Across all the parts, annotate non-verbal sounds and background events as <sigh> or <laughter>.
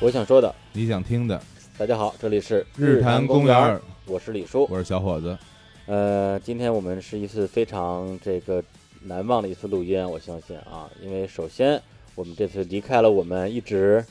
我想说的。你想听的大家好，这里是坛坛公园园儿，，我是李叔。我是小伙子。呃，今天我们是一次非常这个难忘的一次录音，我相信啊，因为首先我们这次离开了我们一直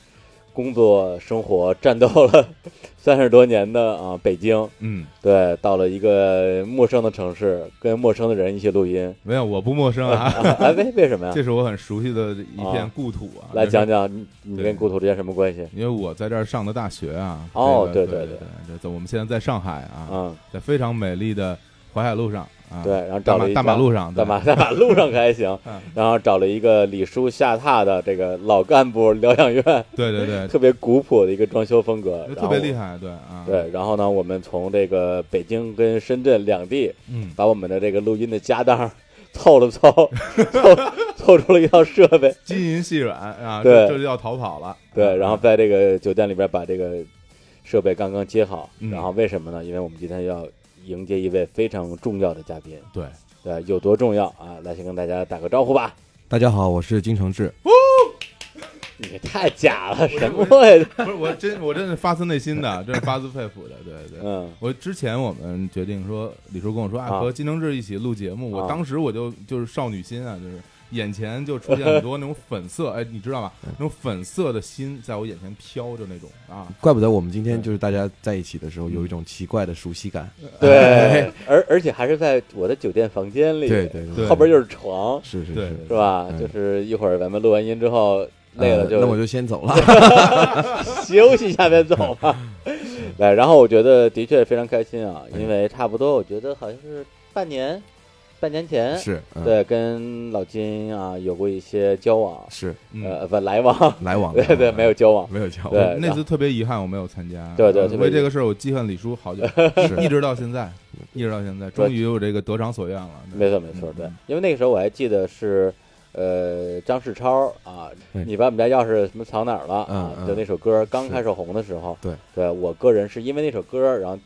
工作、生活、战斗了 <laughs> 三十多年的啊北京，嗯，对，到了一个陌生的城市，跟陌生的人一起录音。没有，我不陌 <laughs> 生啊，啊、哎，为为什 <laughs> 么呀？这是我很熟悉的一片啊故土啊。来就是讲，讲你你对跟故土之间什么关系？因为我在这儿上的大学啊。哦这个对对对对对，这在我们现在在上海啊，嗯，在非常美丽的淮海路上啊，对，，然后找大了马一大马张路上，在 <laughs> 对马在马路上可还行嗯， <laughs> 然后找了一个李叔下榻的这个老干部疗养院，对 <laughs> 对对，特别古朴的一个装修风格，嗯特别厉害。害，对啊，对，，然后呢，我们从这个北京跟深圳两地，嗯，把我们的这个录音的家当 <laughs> 凑了凑，凑凑出了一套设备，金银细软啊，对这这就要逃跑了。对，啊然后在这个酒店里边把这个设备刚刚接好。嗯然后为什么呢？因为我们今天要迎接一位非常重要的嘉宾，对， <laughs> 对，有多重要啊？来，先跟大家打个招呼吧。大家好，我是金承志。你太假了，什么呀？不是我真我真是发自内心 <laughs> 的，真是发自肺腑的，对对。嗯，我之前我们决定说，李叔跟我说啊，啊和金承志一起录节目，啊我当时我就就是少女心啊，就是眼前就出现很多那种 <laughs> 粉色，哎，你知道吧？那种粉色的心在我眼前飘着那种 <laughs> 啊，怪不得我们今天就是大家在一起的时嗯候有一种奇怪的熟悉感。对， <laughs> 而而且还是在我的酒店房间里，哎对对对后边就是床，是是对是，是吧？嗯就是一会儿咱们录完音之后累了呃就那我就先走了。 <laughs> 休息一下再走 <laughs> 吧。嗯 <laughs> 来，然后我觉得的确非常开心哎啊，因为差不多我觉得好像是半年，半年前， <laughs> 是，嗯对，跟老金啊有过一些交往，是嗯，呃，不来往，来 <laughs> 往对对，没有交往，没有交往对那次特别遗憾我没有参加，对对啊特别为遗憾这个事儿我记恨李叔好 <laughs> 久，一直到现在，一直到现在，终于我这个得偿所愿了，对没错没错，嗯对，因为那个时候我还记得是，呃，张世超啊，对你把我们家钥匙什么藏哪儿了啊？嗯嗯就那首歌刚是开始红的时候，对，对我个人是因为那首歌，然后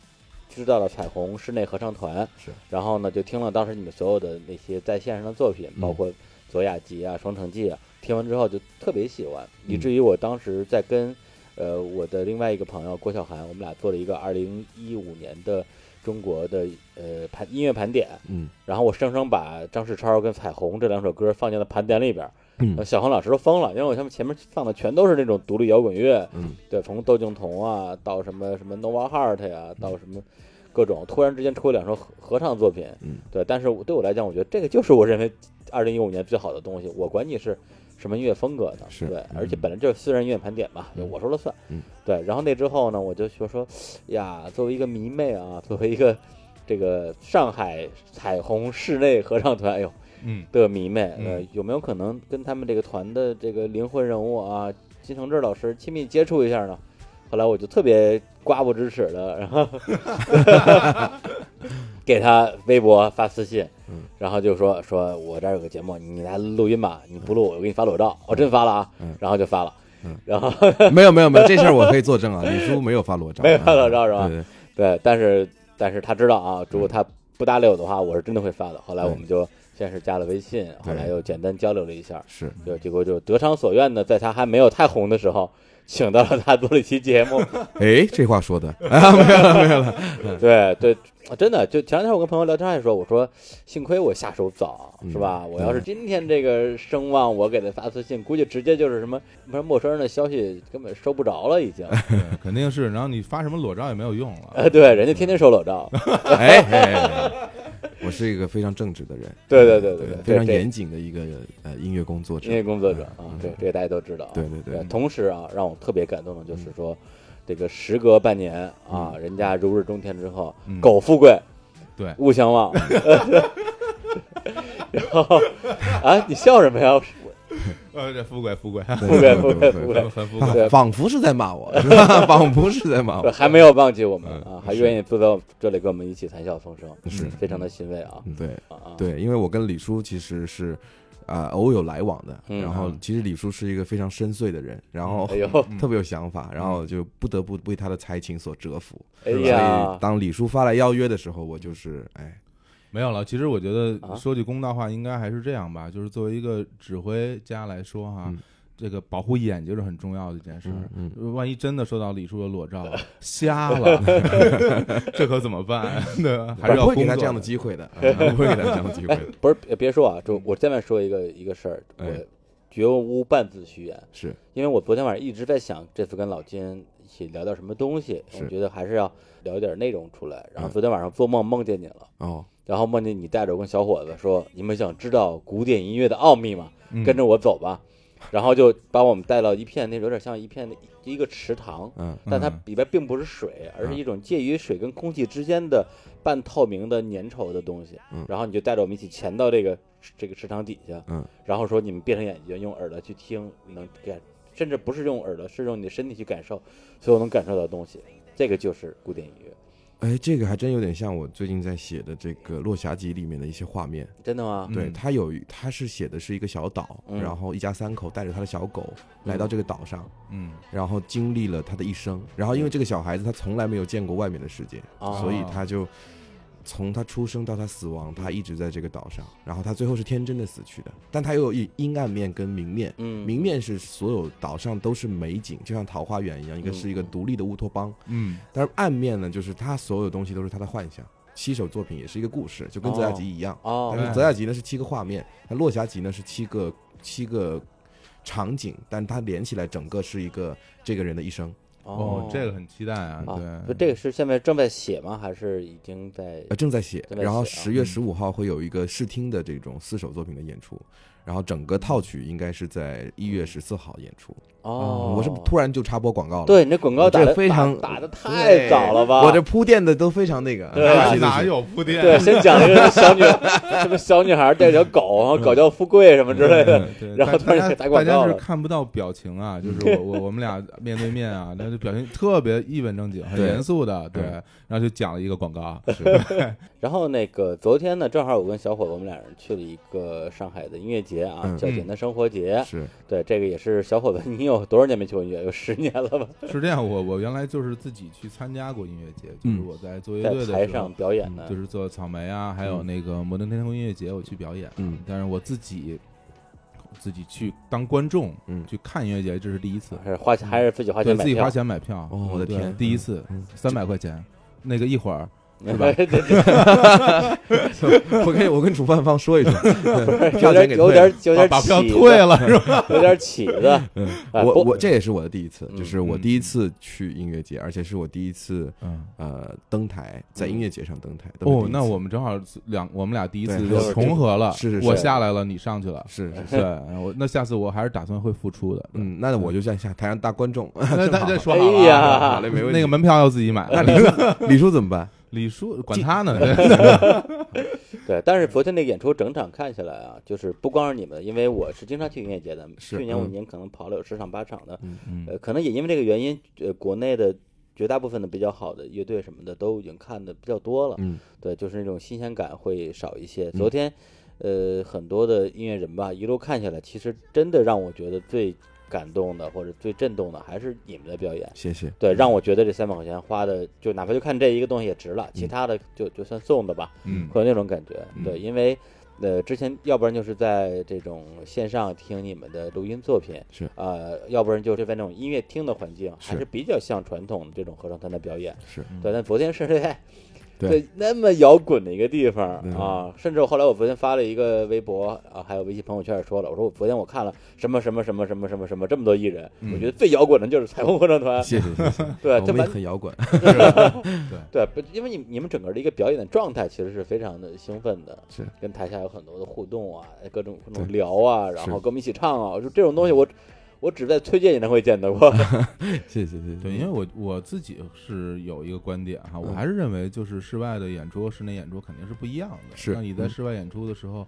知道了彩虹室内合唱团，是，然后呢就听了当时你们所有的那些在线上的作品，嗯包括左雅集啊、双城记啊，听完之后就特别喜欢，嗯以至于我当时在跟呃我的另外一个朋友郭晓涵，我们俩做了一个二零一五年的中国的呃盘音乐盘点， <laughs> 嗯然后我生生把张世超跟彩虹这两首歌放进了盘点里边儿，嗯呃小黄老师都疯了，因为我他们前面放的全都是那种独立摇滚乐，嗯，对，从窦靖童啊到什么什么 Nova Heart 呀、嗯到什么各种，突然之间出了两首合合唱作品，嗯对，但是我对我来讲，我觉得这个就是我认为二零一五年最好的东西，我管你是什么音乐风格的，是对嗯，而且本来就是私人音乐盘点嘛，嗯我说了算，嗯对，然后那之后呢，我就说说呀，作为一个迷妹啊，作为一个这个上海彩虹室内合唱团，哎呦。嗯，的迷妹，呃嗯，有没有可能跟他们这个团的这个灵魂人物啊，金承志老师亲密接触一下呢？后来我就特别瓜不知耻的， <laughs> 然 <laughs> 后给他微博发私信嗯，然后就说说我这儿有个节目，你来录音吧，你不录我给你发裸照，我真发了啊嗯， <laughs> 然后就发了嗯，然后没有没有没有，这事儿我可以作 <laughs> 证啊，李叔没有发裸照，没有发裸照是吧嗯对对，对，但是但是他知道啊，嗯如果他不搭理我的话，我是真的会发的。后来我们就先是加了微信，后来又简单交流了一下，是对，结果就得偿所愿的，在他还没有太红的时候，请到了他做了一期节目。哎，这 <laughs> 话说的啊，没有了没有了，对对，啊真的，就前两天我跟朋友聊天还说，我说幸亏我下手早，嗯是吧？我要是今天这个声望，我给他发私信，估计直接就是什么什么陌生人的消息，根本收不着了，已经。对肯定是，然后你发什么裸照也没有用呃， <laughs> 了，对，人家天天收裸照。哎哎哎哎，我是一个非常正直的人，对对对对对对，非常这严谨的一个呃音乐工作者音，乐工作者啊，嗯对，这个大家都知道啊。对对嗯对，同时啊，让我特别感动的就是说，这个时隔半年啊，嗯人家如日中天之后，嗯苟富贵，对勿相 <laughs> 忘。然后啊，你笑什么哦呀？呃，这富贵富贵，对贵 <laughs> 富对对贵对富对贵很很富贵，对啊仿佛是在骂我，是吧？仿佛是在骂我，还没有忘记我们嗯啊，还愿意坐到这里跟我们一起谈笑风生，是非常的欣慰啊嗯对啊啊！对，因为我跟李叔其实是啊、呃偶有来往的，嗯然后其实李叔是一个非常深邃的人，然后哎呦， <laughs> 嗯特别有想法，然后就不得不为他的才情所折服。哎所呀以，当李叔发来邀约的时候，我就是哎，没有了。其实我觉得啊说句公道话，应该还是这样吧，就是作为一个指挥家来说哈嗯，这个保护眼睛是很重要的一件事儿。嗯万一真的收到李叔的裸 <laughs> 照，瞎了， <laughs> 这可怎么办？ <laughs> 对吧？还是要不会给工他作这样的机会的， <laughs> 啊不会给他这样的机会的，不是，别别说啊，就我再说一个一个事儿，嗯哎我绝无半字虚言，是因为我昨天晚上一直在想，这次跟老金一起聊点什么东西，是我觉得还是要聊点内容出来。然后嗯昨天晚上做梦梦见你了，哦，然后梦见你带着我跟小伙子说，你们想知道古典音乐的奥秘吗？嗯跟着我走吧。然后就把我们带到一片那有点像一片的一个池塘，嗯但它嗯里边并不是水，而是一种介于水跟空气之间的半透明的粘稠的东西嗯。然后你就带着我们一起潜到这个这个池塘底下，嗯，然后说你们闭上眼睛，用耳朵去听，能感，甚至不是用耳朵，是用你的身体去感受所有能感受到的东西。这个就是古典音乐，哎，这个还真有点像我最近在写的这个《落霞集》里面的一些画面。真的吗？对，嗯它有一，它是写的是一个小岛，嗯然后一家三口带着他的小狗来到这个岛上，嗯然后经历了他的一生。然后因为这个小孩子他从来没有见过外面的世界，啊，所以他就从他出生到他死亡，他一直在这个岛上。然后他最后是天真的死去的，但他又有阴阴暗面跟明面。嗯，明面是所有岛上都是美景，就像桃花源一样，一个是一个独立的乌托邦。嗯但是暗面呢，就是他所有东西都是他的幻想。七首作品也是一个故事，就跟泽雅集一样。哦，但是泽雅集呢是七个画面，那落霞集呢是七个七个场景，但它连起来整个是一个这个人的一生。哦，这个很期待啊，啊，不对，这个是现在正在写吗？还是已经在呃，正在写，正在写啊然后十月嗯十五号会有一个试听的这种四首作品的演出，然后整个套曲应该是在一月十四号演出。哦？呃嗯我是突然就插播广告了，对你这广告我这打的非常打的太早了吧？我这铺垫的都非常那个，对啊是是 <laughs> 哪 <laughs> 是有铺垫？对，先讲了一个小女， <laughs> 什么小女孩带着狗，然后嗯狗叫富贵什么之类的，对，然后大突然大家打广告大家了是看不到表情 <laughs> 啊，就是我我我们俩面对面啊，那就表情特别一本正经，很对严肃的，对，嗯然后就讲了一个广告，啊然后那个昨天呢，正好我跟小伙子我们俩人去了一个上海的音乐节啊，嗯叫简单生活节。是对，这个也是小伙子，你有多少年没去过音乐？有十年了吧？是这样，我我原来就是自己去参加过音乐节，就是嗯我在做乐在队台的时上候，表演的就，是做草莓啊，还有嗯那个摩登天空音乐节，我去表演，嗯但是我自己自己去当观众，嗯去看音乐节，这是第一次，还是花钱，还是自己花对钱买自己花票？钱买票，哦我的对天第一次嗯三百块钱，那个一会儿。是吧 <laughs> 对对对我跟我跟主办 <laughs> 方说一声，对有票钱点给有退了点有点把把票起退子，了嗯是吧？有点起子。哎我不我这也是我的第一次，嗯就是我第一次去音乐节，而且是我第一次嗯，呃登台，在音乐节上登台。都是第哦一，次那我们正好两我们俩第一次对就就是重合了，是是是我下来了，你上去了，是是对，我那下次我还是打算会付出的，对，嗯，那我就像下台上大观众， <laughs> <laughs> 那那这说好哎了呀啊，好嘞，没问题。那 <laughs> 个门票要自己买，那李 <laughs> 叔李叔怎么办？李叔管他 <laughs> 呢，对，但嗯是昨天那个演出整场看下来啊，就是不光是你们，因为我是经常去音乐节的，是去年我嗯年可能跑了有十场八场的，嗯呃，可能也因为这个原因，呃，国内的绝大部分的比较好的乐队什么的都已经看的比较多了，嗯对，就是那种新鲜感会少一些。昨天，呃，很多的音乐人吧，一路看下来，其实真的让我觉得最感动的或者最震动的还是你们的表演。谢谢。对，让我觉得这三百块钱花的，就哪怕就看这一个东西也值了，嗯其他的就就算送的吧。 <laughs> 嗯会有那种感觉。嗯对，因为呃，之前要不然就是在这种线上听你们的录音作品，是呃，要不然就是在那种音乐厅的环境，还是是比较像传统的这种合唱团的表演。是嗯对，但昨天是在对在那么摇滚的一个地方嗯啊，甚至我后来我昨天发了一个微博啊，还有微信朋友圈也说了，我说我昨天我看了什么什么什么什么什么什么这么多艺人，嗯我觉得最摇滚的就是彩虹合唱团，谢谢谢谢，对，我这们也完很 <laughs> 摇滚，对，不，因为你你们整个的一个表演的状态其实是非常的兴奋的，是跟台下有很多的互动啊，各种各种聊啊，然是后跟我们一起唱啊，就这种东西我我只在崔健演唱会见到过。谢谢谢谢。对，因为我我自己是有一个观点哈，我嗯还是认为就是室外的演出和室内演出肯定是不一样的。是那你在嗯室外演出的时候，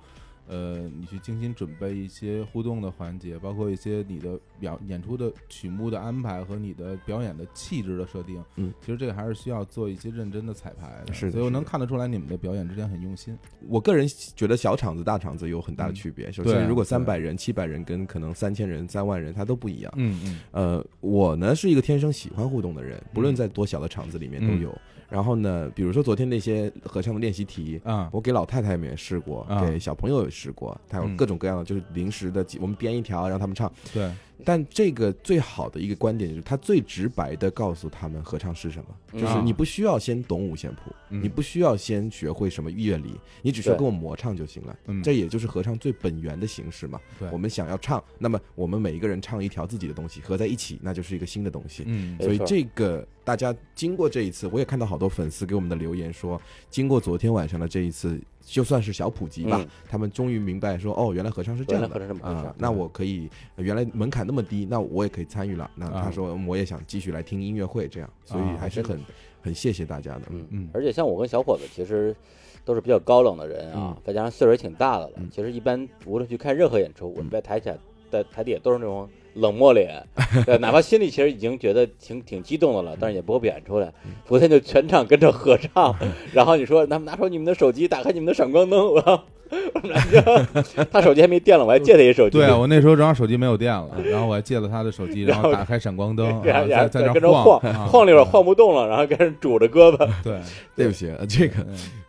呃，你去精心准备一些互动的环节，包括一些你的表演出的曲目的安排和你的表演的气质的设定，嗯，其实这个还是需要做一些认真的彩排的。是的所以我是能的看得出来你们的表演之间很用心。我个人觉得小场子大场子有很大的区别。首对先，啊如果对啊三百人、七百人跟可能三千人、三万人，它都不一样。嗯嗯呃，我呢是一个天生喜欢互动的人，不论在多小的场子里面都嗯有。然后呢，比如说昨天那些合唱的练习题，啊，我给老太太们也试过，啊给小朋友也试过，他有嗯各种各样的，就是临时的，我们编一条让他们唱。对，但这个最好的一个观点就是，他最直白的告诉他们合唱是什么， <laughs> 就是嗯你不需要先懂五线谱，嗯你不需要先学会什么乐理，你只需要对跟我磨唱就行了。嗯这也就是合唱最本源的形式嘛。对我们想要唱，那么我们每一个人唱一条自己的东西，合在一起，那就是一个新的东西。嗯没所以错这个大家经过这一次，我也看到好多粉丝给我们的留言说，经过昨天晚上的这一次，就算是小普及吧，嗯他们终于明白说，哦，原来合唱是这样原来合的唱是这么回事嗯啊、那我可以呃原来门槛那么低，那我也可以参与了。那啊他说、嗯我也想继续来听音乐会，这样，所以啊还是很、很谢谢大家的。嗯嗯而且像我跟小伙子其实都是比较高冷的人嗯啊，再加上岁数也挺大的了，嗯其实一般无论去看任何演出，我们在台下在台底下都是那种冷漠 <laughs> 脸，对，哪怕心里其实已经觉得挺挺激动的嗯了，但是也不会表现出来。昨天就全场跟着合唱，嗯 <laughs> 然后你说拿拿出你们的手机，打开你们的闪光灯， <laughs> 我要我们俩就他手机还没电了，我还借他一手机， <laughs> <laughs> 对啊，我那时候正好手机没有电了，然后我还借了他的手机，然后然后打开闪光灯，对然后 <laughs> 然在后在那跟着儿晃啊晃了一会儿，晃不动了，然后开始拄着胳膊，对，对不起，呃这个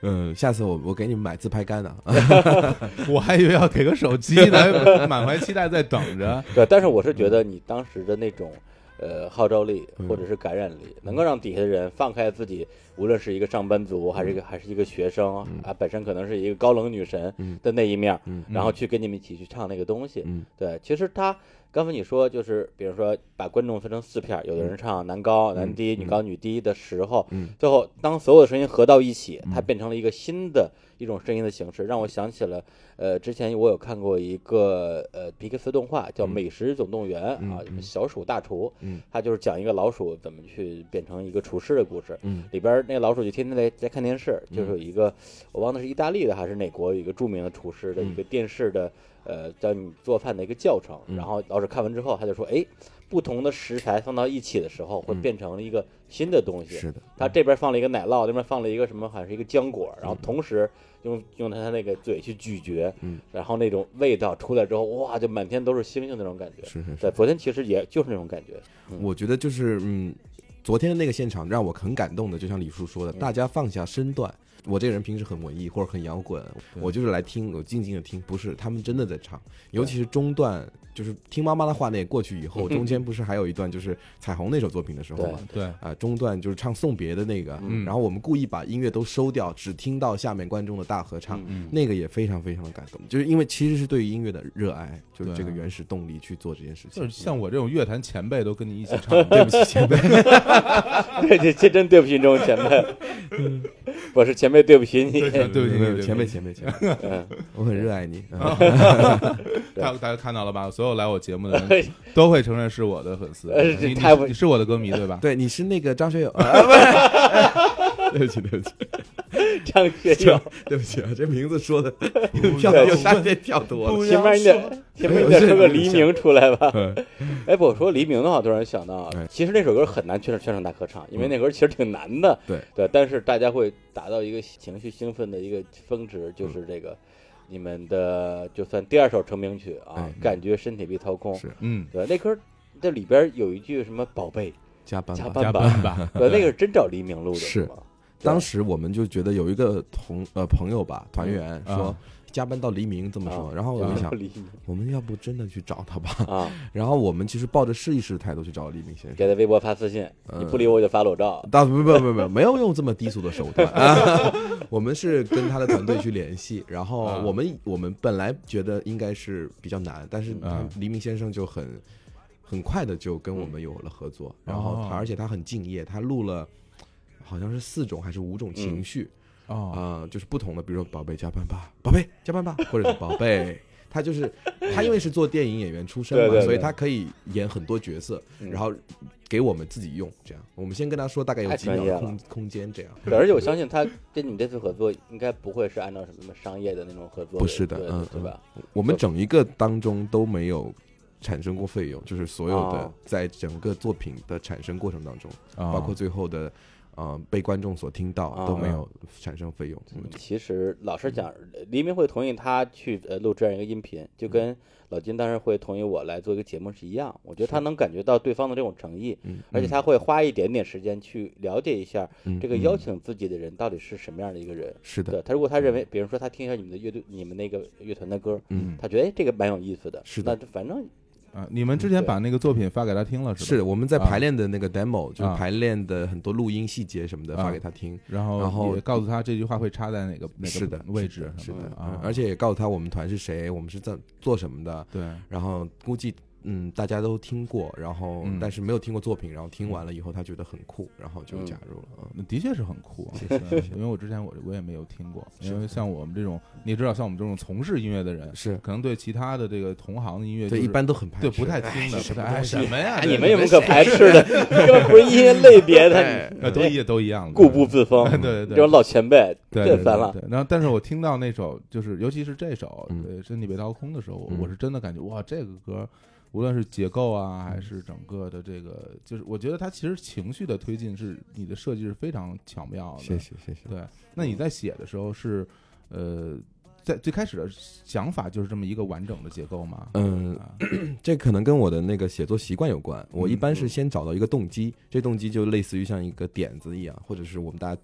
嗯呃，下次我我给你们买自拍杆的、啊，我还以为要给个手机呢，满怀期待在等着。 <laughs> 对，但是我是觉得你当时的那种。呃，号召力嗯或者是感染力，能够让底下的人放开自己，无论是一个上班族，还是一个还是一个学生、啊，本身可能是一个高冷女神嗯的那一面儿，嗯然后去跟你们一起去唱那个东西。嗯对，其实他刚才你说就是，比如说把观众分成四片儿，有的人唱男高、男低、女高、女低的时候，嗯最后当所有的声音合到一起，它变成了一个新的一种声音的形式，让我想起了呃，之前我有看过一个呃皮克斯动画叫《美食总动员》啊，什么小鼠大厨，嗯它就是讲一个老鼠怎么去变成一个厨师的故事。嗯里边儿那个老鼠就天天在在看电视，就是有一个我忘了是意大利的还是哪国有一个著名的厨师的一嗯个电视的呃教你做饭的一个教程，然后老鼠看完之后他就说，哎，不同的食材放到一起的时候会变成了一个新的东西。嗯是的，嗯他这边放了一个奶酪，那边放了一个什么，好像是一个浆果，然后同时用用他那个嘴去咀嚼，嗯，然后那种味道出来之后，哇，就满天都是星星那种感觉。是是是。对，昨天其实也就是那种感觉，我觉得就是嗯，昨天的那个现场让我很感动的，就像李叔说的，大家放下身段。我这个人平时很文艺或者很摇滚，对我就是来听，我静静的听，不是他们真的在唱，尤其是中段，就是听妈妈的话那也过去以后，中间不是还有一段就是彩虹那首作品的时候嘛，嗯对，啊、中段就是唱送别的那个，嗯然后我们故意把音乐都收掉，只听到下面观众的大合唱，嗯那个也非常非常的感动，就是因为其实是对于音乐的热爱，就是对啊这个原始动力去做这件事情。就是像我这种乐坛前辈都跟你一起唱，对不起前辈。 <laughs> 对，这这真对不起这种前辈，嗯我是前辈，对不起你。对不起没对啊有不起前辈前辈前辈。嗯，我很热爱你。嗯大大家看到了吧？所有来我节目的人都会承认是我的粉丝呃，这你太不你你是我的歌迷对吧？对，你是那个张 <laughs> 学友。啊不是 <laughs> 对不起，对不起， <laughs> 张学友，对不起啊！这名字说的 <laughs> 跳又下线跳多了。前面你得前面你得说个黎明出来吧。嗯哎，不，我说黎明的话，突然想到啊哎，其实那首歌很难全场全场大合唱，因为那歌其实挺难的。嗯对对，但是大家会达到一个情绪兴奋的一个峰值，嗯就是这个你们的就算第二首成名曲啊哎，感觉身体被掏空。是嗯，对，那歌这里边有一句什么“宝贝加班加吧。班加 <laughs> 班吧。 <laughs> 对，那个是真找黎明录的，是吗？当时我们就觉得有一个同呃朋友吧，团员嗯说啊加班到黎明这么说，啊然后我找们想，黎明我们要不真的去找他吧？ <laughs> 啊，然后我们其实抱着试一试的态度去找黎明先生。给他微博发私信，你不理嗯我我就发裸照。大不不不不，没有用这么低俗的手段。啊、 <laughs> 我们是跟他的团队去联系，然后我们我们本来觉得应该是比较难，但是他嗯黎明先生就很很快的就跟我们有了合作，然后他哦而且他很敬业，他录了好像是四种还是五种情绪啊、哦，就是不同的，比如说宝贝加班吧，宝贝加班吧， <laughs> 或者是宝贝。他就是他，因为是做电影演员出身嘛，对对对所以他可以演很多角色，嗯然后给我们自己用，这样。我们先跟他说大概有太几秒专业了的空空间，这样。对，而且我相信他跟你们这次合作应该不会是按照什么商业的那种合作，不是的对嗯对吧？我们整一个当中都没有产生过费用，就是所有的哦在整个作品的产生过程当中，啊包包括最后的，呃，被观众所听到哦都没有产生费用。其实老实讲，黎明会同意他去呃录这样一个音频，就跟老金当时会同意我来做一个节目是一样。我觉得他能感觉到对方的这种诚意，嗯而且他会花一点点时间去了解一下这嗯个邀请自己的人到底是什么样的一个人。是对的，他，如果他认为，比如说他听一下你们的乐队、你们那个乐团的歌，嗯他觉得哎这个蛮有意思的，是的那反正啊，你们之前对把那个作品发给他听了是是吧？我们在啊排练的那个 demo，、就是啊排练的很多录音细节什么的啊发给他听。然后然后也告诉他这句话会插在哪个哪是个的，位置是什么的，啊嗯，而且也告诉他我们团是谁，我们是在做什么的，对，然后估计嗯大家都听过，然后、嗯但是没有听过作品，然后听完了以后他觉得很酷，然后就加入了。嗯那的确是很酷啊，是因为我之前我我也没有听过，是因为像我们这种，你也知道，像我们这种从事音乐的人，是可能对其他的这个同行的音乐、就是，对，一般都很排对斥，不太听的，不太哎什么呀？哎这你们有什么可排斥的？ <laughs> 根本不是音乐类别的，呃哎都一都一样的，固步自封。对对这对，种老前辈，对太烦了。对对对然后，但是我听到那首，就是尤其是这首嗯《对身体被掏空》的时候，我嗯我是真的感觉哇，这个歌无论是结构啊，嗯还是整个的这个，就是我觉得它其实情绪的推进是你的设计是非常巧妙的。谢谢谢谢。对，那你在写的时候是呃，在最开始的想法就是这么一个完整的结构吗？嗯，啊这可能跟我的那个写作习惯有关。我一般嗯是先找到一个动嗯机，这动机就类似于像一个点子一样，或者是我们大家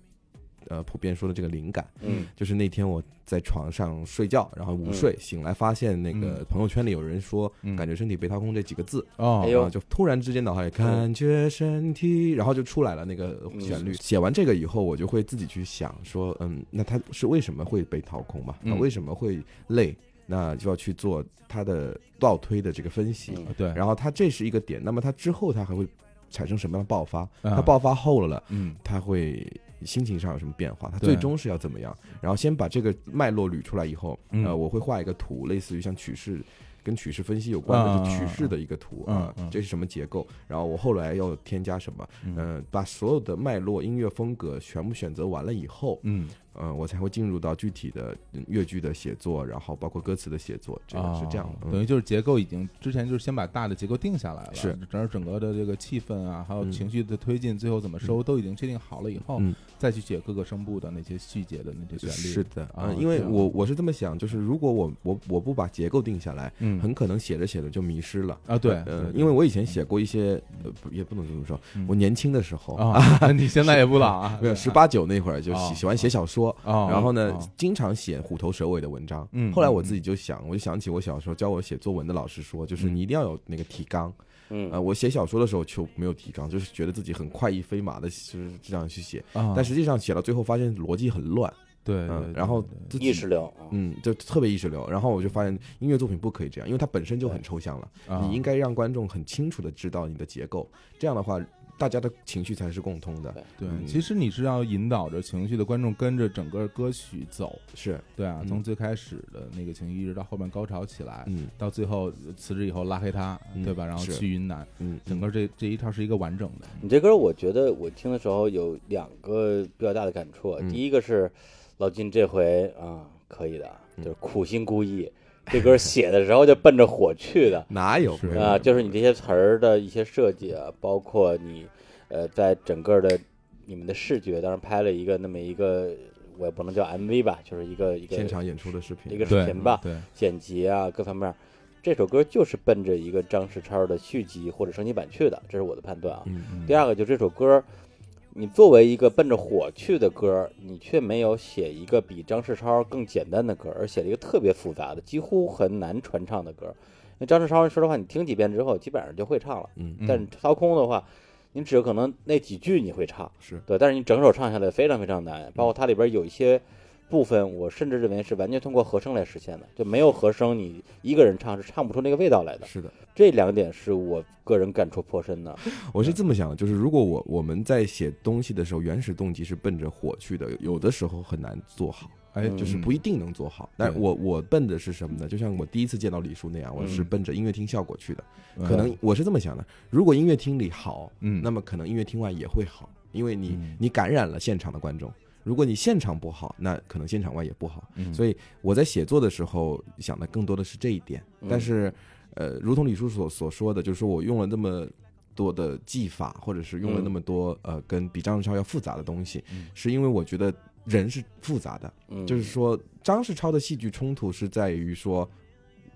呃普遍说的这个灵感。嗯就是那天我在床上睡觉，然后午睡，醒来发现那个嗯朋友圈里有人说，嗯感觉身体被掏空这几个字，哦，哎然呦后就突然之间脑海里感觉身体，然后就出来了那个旋律。嗯写完这个以后，我就会自己去想说，嗯，那他是为什么会被掏空嘛？嗯那为什么会累？那就要去做他的倒推的这个分析。嗯对，然后它这是一个点，那么它之后它还会产生什么样的爆发？啊它爆发后了，嗯它会心情上有什么变化？它对最终是要怎么样？然后先把这个脉络捋出来以后，嗯呃，我会画一个图，类似于像曲式。跟曲式分析有关的啊是曲式的一个图啊啊啊，这是什么结构？然后我后来要添加什么？嗯嗯，把所有的脉络、音乐风格全部选择完了以后，嗯，嗯，我才会进入到具体的嗯乐剧的写作，然后包括歌词的写作，这个是这样哦的。嗯等于于就是结构已经之前就是先把大的结构定下来了，是，然后整个的这个气氛啊，还有嗯情绪的推进，最后怎么收都已经确定好了以后，嗯再去写各个声部的那些细节的那些旋律，是的，啊嗯，因为这样我我是这么想，就是如果我我我不把结构定下来，嗯很可能写着写着就迷失了。啊对，呃对，因为我以前写过一些，呃，不也不能这么说嗯，我年轻的时候，啊， <laughs> 你现在也不老啊，没有对十八九那会儿就哦喜喜欢写小说，哦然后呢哦，经常写虎头蛇尾的文章。嗯嗯后来我自己就想，我就想起我小时候教我写作文的老师说，就是你一定要有那个提纲。呃，嗯，我写小说的时候就没有提纲，就是觉得自己很快意飞马的，就是这样去写。啊，但实际上写到最后发现逻辑很乱，对，对对嗯，然后对对自己意识流啊，嗯，就特别意识流。然后我就发现音乐作品不可以这样，因为它本身就很抽象了。啊你应该让观众很清楚的知道你的结构，这样的话，大家的情绪才是共通的。对，嗯其实你是要引导着情绪的观众跟着整个歌曲走，是，对啊，嗯从最开始的那个情绪一直到后面高潮起来，嗯到最后呃辞职以后拉黑他，嗯对吧？然后是去云南，嗯，整个这这一套是一个完整的。你这歌，我觉得我听的时候有两个比较大的感触啊。嗯第一个是老金这回啊，可以的啊，就是苦心孤诣，这歌写的时候就奔着火去的哪有是啊，就是你这些词儿的一些设计啊，包括你呃，在整个的你们的视觉，当然拍了一个那么一个，我也不能叫 MV 吧，就是一个一个现场演出的视频，一个对视频吧，对，剪辑啊各方面。这首歌就是奔着一个张世超的续集或者升级版去的，这是我的判断啊。嗯嗯第二个就这首歌，你作为一个奔着火去的歌，你却没有写一个比张世超更简单的歌，而写了一个特别复杂的，几乎很难传唱的歌。那张世超，说实话，你听几遍之后，基本上就会唱了。嗯嗯但是掏空的话，你只有可能那几句你会唱，是对，但是你整首唱下来非常非常嗯难，包括它里边有一些部分，我甚至认为是完全通过和声来实现的，就没有和声，你一个人唱是唱不出那个味道来的。是的，这两点是我个人感触颇深的。我是这么想的，就是如果我我们在写东西的时候，原始动机是奔着火去的，有的时候很难做好，哎，嗯就是不一定能做好。但对我我奔的是什么呢？就像我第一次见到李叔那样，我是嗯奔着音乐厅效果去的。嗯可能我是这么想的：如果音乐厅里好，嗯那么可能音乐厅外也会好，因为你嗯你感染了现场的观众。如果你现场不好，那可能现场外也不好。嗯所以我在写作的时候想的更多的是这一点，嗯但是，呃，如同李叔所所说的，就是说我用了那么多的技法，或者是用了嗯那么多呃跟比张世超要复杂的东西嗯，是因为我觉得人是复杂的，嗯，就是说张世超的戏剧冲突是在于说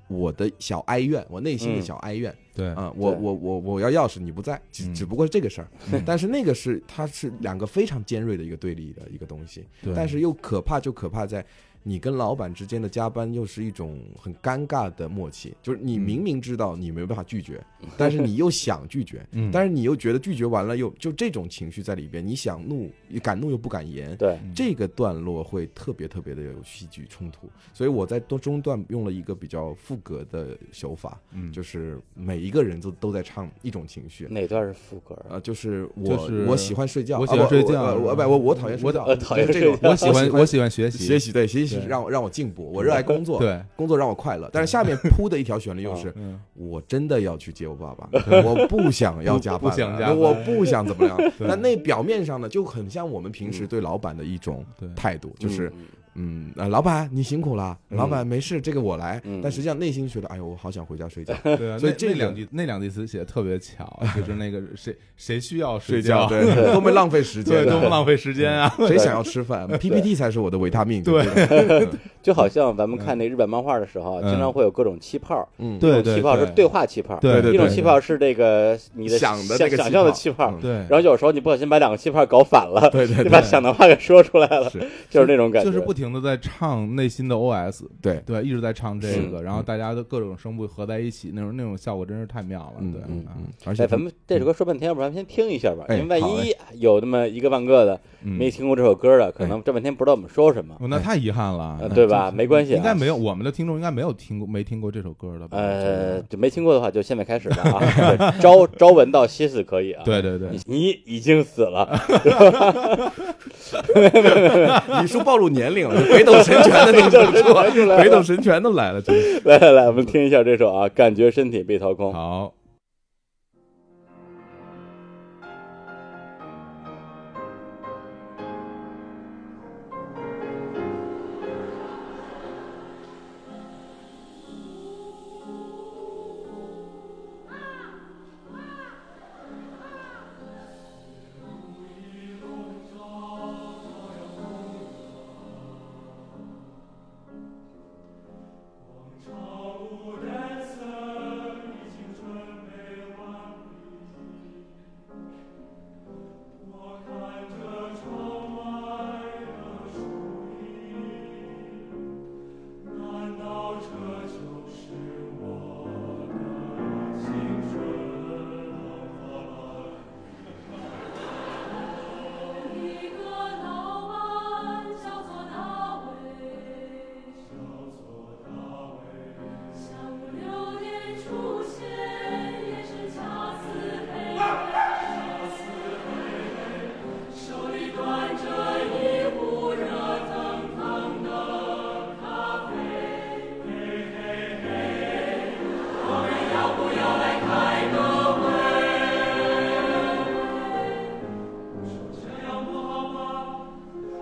我的小哀怨，我内心的嗯小哀怨，对，啊、我对我我我要钥匙，你不在，只嗯只不过是这个事儿。嗯但是那个是它是两个非常尖锐的一个对立的一个东西，对但是又可怕就可怕在你跟老板之间的加班又是一种很尴尬的默契，就是你嗯明明知道你没办法拒绝，但是你又想拒绝， <laughs> 嗯但是你又觉得拒绝完了又就这种情绪在里边，你想怒，敢怒又不敢言，对，这个段落会特别特别的有戏剧冲突，所以我在中中段用了一个比较复格的手法，嗯就是每一个人都都在唱一种情绪，哪段是副歌？呃，就是我、就是我喜欢睡觉，我喜欢啊不睡觉我我是吧不我我讨厌睡觉，我讨厌就是这种睡觉 <laughs> 我喜欢我喜欢学习，学习，对学习是对让我让我进步，我热爱工作，对，。工作让我快乐，但是下面铺的一条旋律又是嗯，我真的要去接我爸爸，我不想要加班不了，不想加班我不想怎么样。对嗯但那表面上呢，就很像我们平时对老板的一种对，态度，就是嗯嗯，呃老板你辛苦了，老嗯板没事，这个我来。嗯但实际上内心觉得，哎呦，我好想回家 <laughs> 睡觉。 <laughs> 对啊，所以那这那个两句那两句词写的特别巧，就是那个谁谁需要睡觉，对， <laughs> 都没浪费时对，间，多么浪费时间啊！谁想要吃饭？PPT 才是我的维他命。对不对，就好像咱们看那日本漫画的时候啊，嗯经常会有各种气泡，嗯，对这种气泡是对话气泡，对对一种对气泡是这个你的想的那个想象的气气泡泡嗯，对，然 <laughs> 后有时候你不小心把两个气泡搞反了，对对对你把想的话给说出来了，是就是那种感觉，就是不停的在唱内心的 OS，对，嗯对，一直在唱这是个，然后大家的各种声部合在一起，那种那种效果真是太妙了，嗯对，嗯啊嗯，而且哎，咱们这首歌说半天，要不然先听一下吧，哎因为万好哎一有那么一个半个的嗯没听过这首歌的，哎可能这半天不知道我们说什么，嗯哦那太遗憾了呃，对吧？没关系啊，应该没有，我们的听众应该没有听过没听过这首歌的吧？呃，就没听过的话，就现在开始吧 <laughs> 啊！对朝朝闻道，夕死可以啊。对对对你，你已经死了，你说暴露年龄了，北斗神拳的那种传出说，来了。北斗神拳都来了，真是。 <laughs> 来来来，我们听一下这首啊，《感觉身体被掏空》。好，一个老板叫做大卫，下午六点出现，眼神恰似黑黑，手里端着一壶热腾腾的咖啡。我们要不要来开个会？说这样不好吧？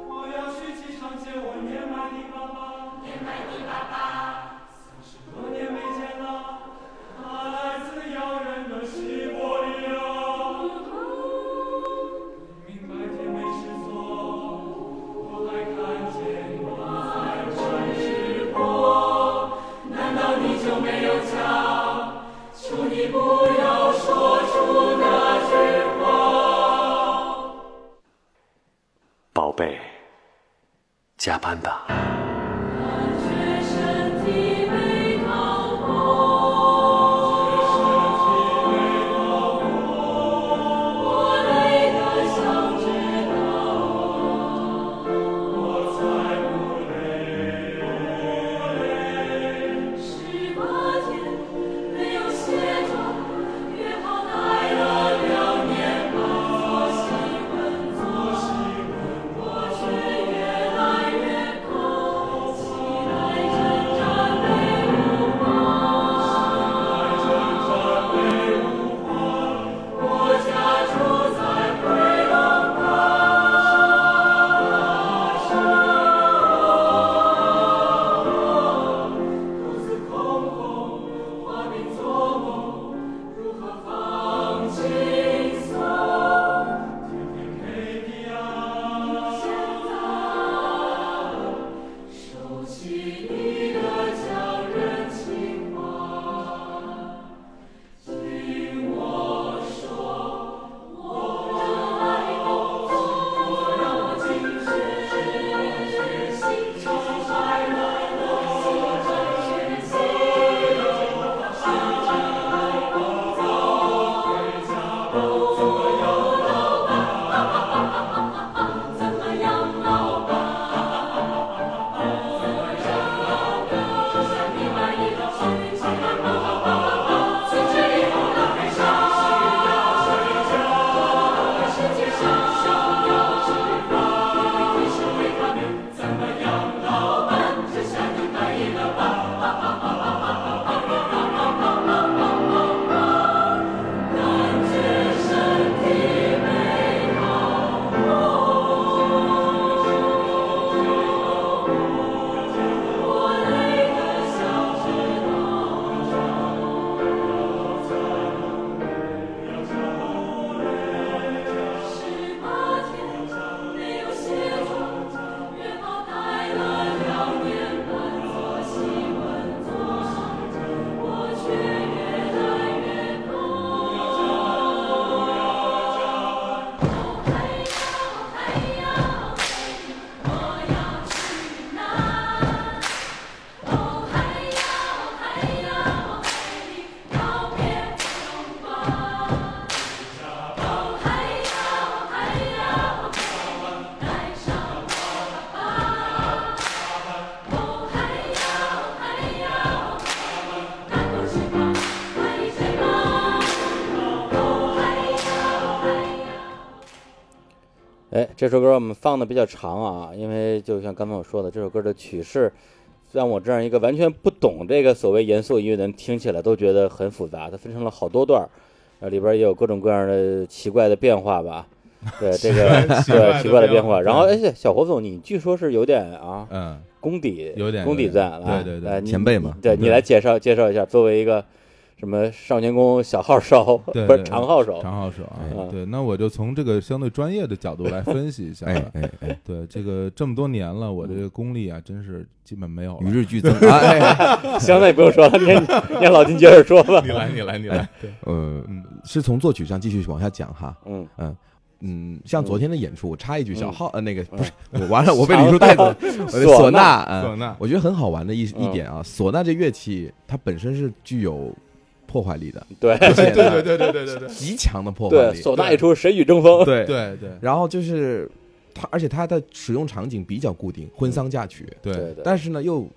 我要去机场见我年迈的爸爸。年迈的爸爸。多年没见了，他来自遥远的西伯利亚。明明白天没事做，我还看见我在看直播。难道你就没有家？求你不要说出那句话。宝贝，加班吧。感觉身体被掏空，我累得想知道，我才不累。十八天没有卸妆，约好来了两年半，做新闻，做新闻，我却越来越空。哎，这首歌我们放的比较长啊，因为就像刚才我说的，这首歌的曲式让我这样一个完全不懂这个所谓严肃音乐的人听起来都觉得很复杂。它分成了好多段儿，呃，里边也有各种各样的奇怪的变化吧。对这个奇怪的对奇怪的变变化，化然后而且小侯总，你据说是有点啊嗯，功底，有点功底有在点啊，对对对来你前辈嘛对你对来介绍介绍一下，作为一个什么少年宫小号手，对不是对长号手，长号手啊哎，对，那我就从这个相对专业的角度来分析一下吧。哎哎哎，对，这个这么多年了，我这嗯个功力啊，真是基本没有与了。日俱增。啊哎哎 <laughs> 行，那也不用说了， <laughs> 您您老金接着说吧。你来，你来，你来。对，呃嗯，是从作曲上继续往下讲哈。嗯，嗯，像昨天的演出，我插一句，小号呃那个嗯不是，我完了，我被你说带走了。呃唢唢呐，嗯唢呐我觉得很好玩的一一嗯点啊，唢呐这乐器它本身是具有破坏力的，对而且对，对，对，对，对，对，对，极强的破坏对，力。唢呐一出，谁与争锋？对对，对，然后就是它，而且它的使用场景比较固定，婚丧嫁娶，对对，嗯对，嗯但是呢又。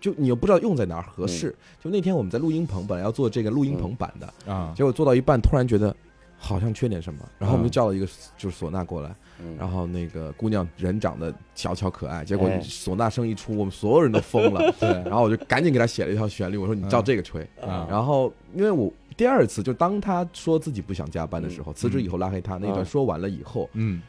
就你又不知道用在哪儿合适。就那天我们在录音棚，本来要做这个录音棚版的，啊，。结果做到一半，突然觉得好像缺点什么，然后我们就叫了一个就是唢呐过来，嗯然后那个姑娘人长得小巧可爱，结果哎唢呐声一出，我们所有人都疯了对，然后我就赶紧给她写了一条旋律，我说你嗯照这个吹。啊，然后因为我第二次就当她说自己不想加班的时候，辞职以后拉黑她那段嗯说完了以后，嗯，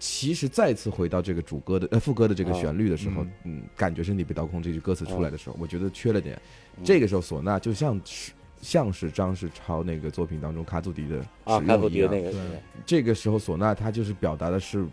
其实再次回到这个主歌的呃副歌的这个旋律的时候，嗯嗯，感觉身体被掏空这句歌词出来的时候，我觉得缺了点嗯。这个时候唢呐就像是像是张世超那个作品当中卡祖笛的啊，使开普用一迪的样。那个对这个时候唢呐它就是表达的是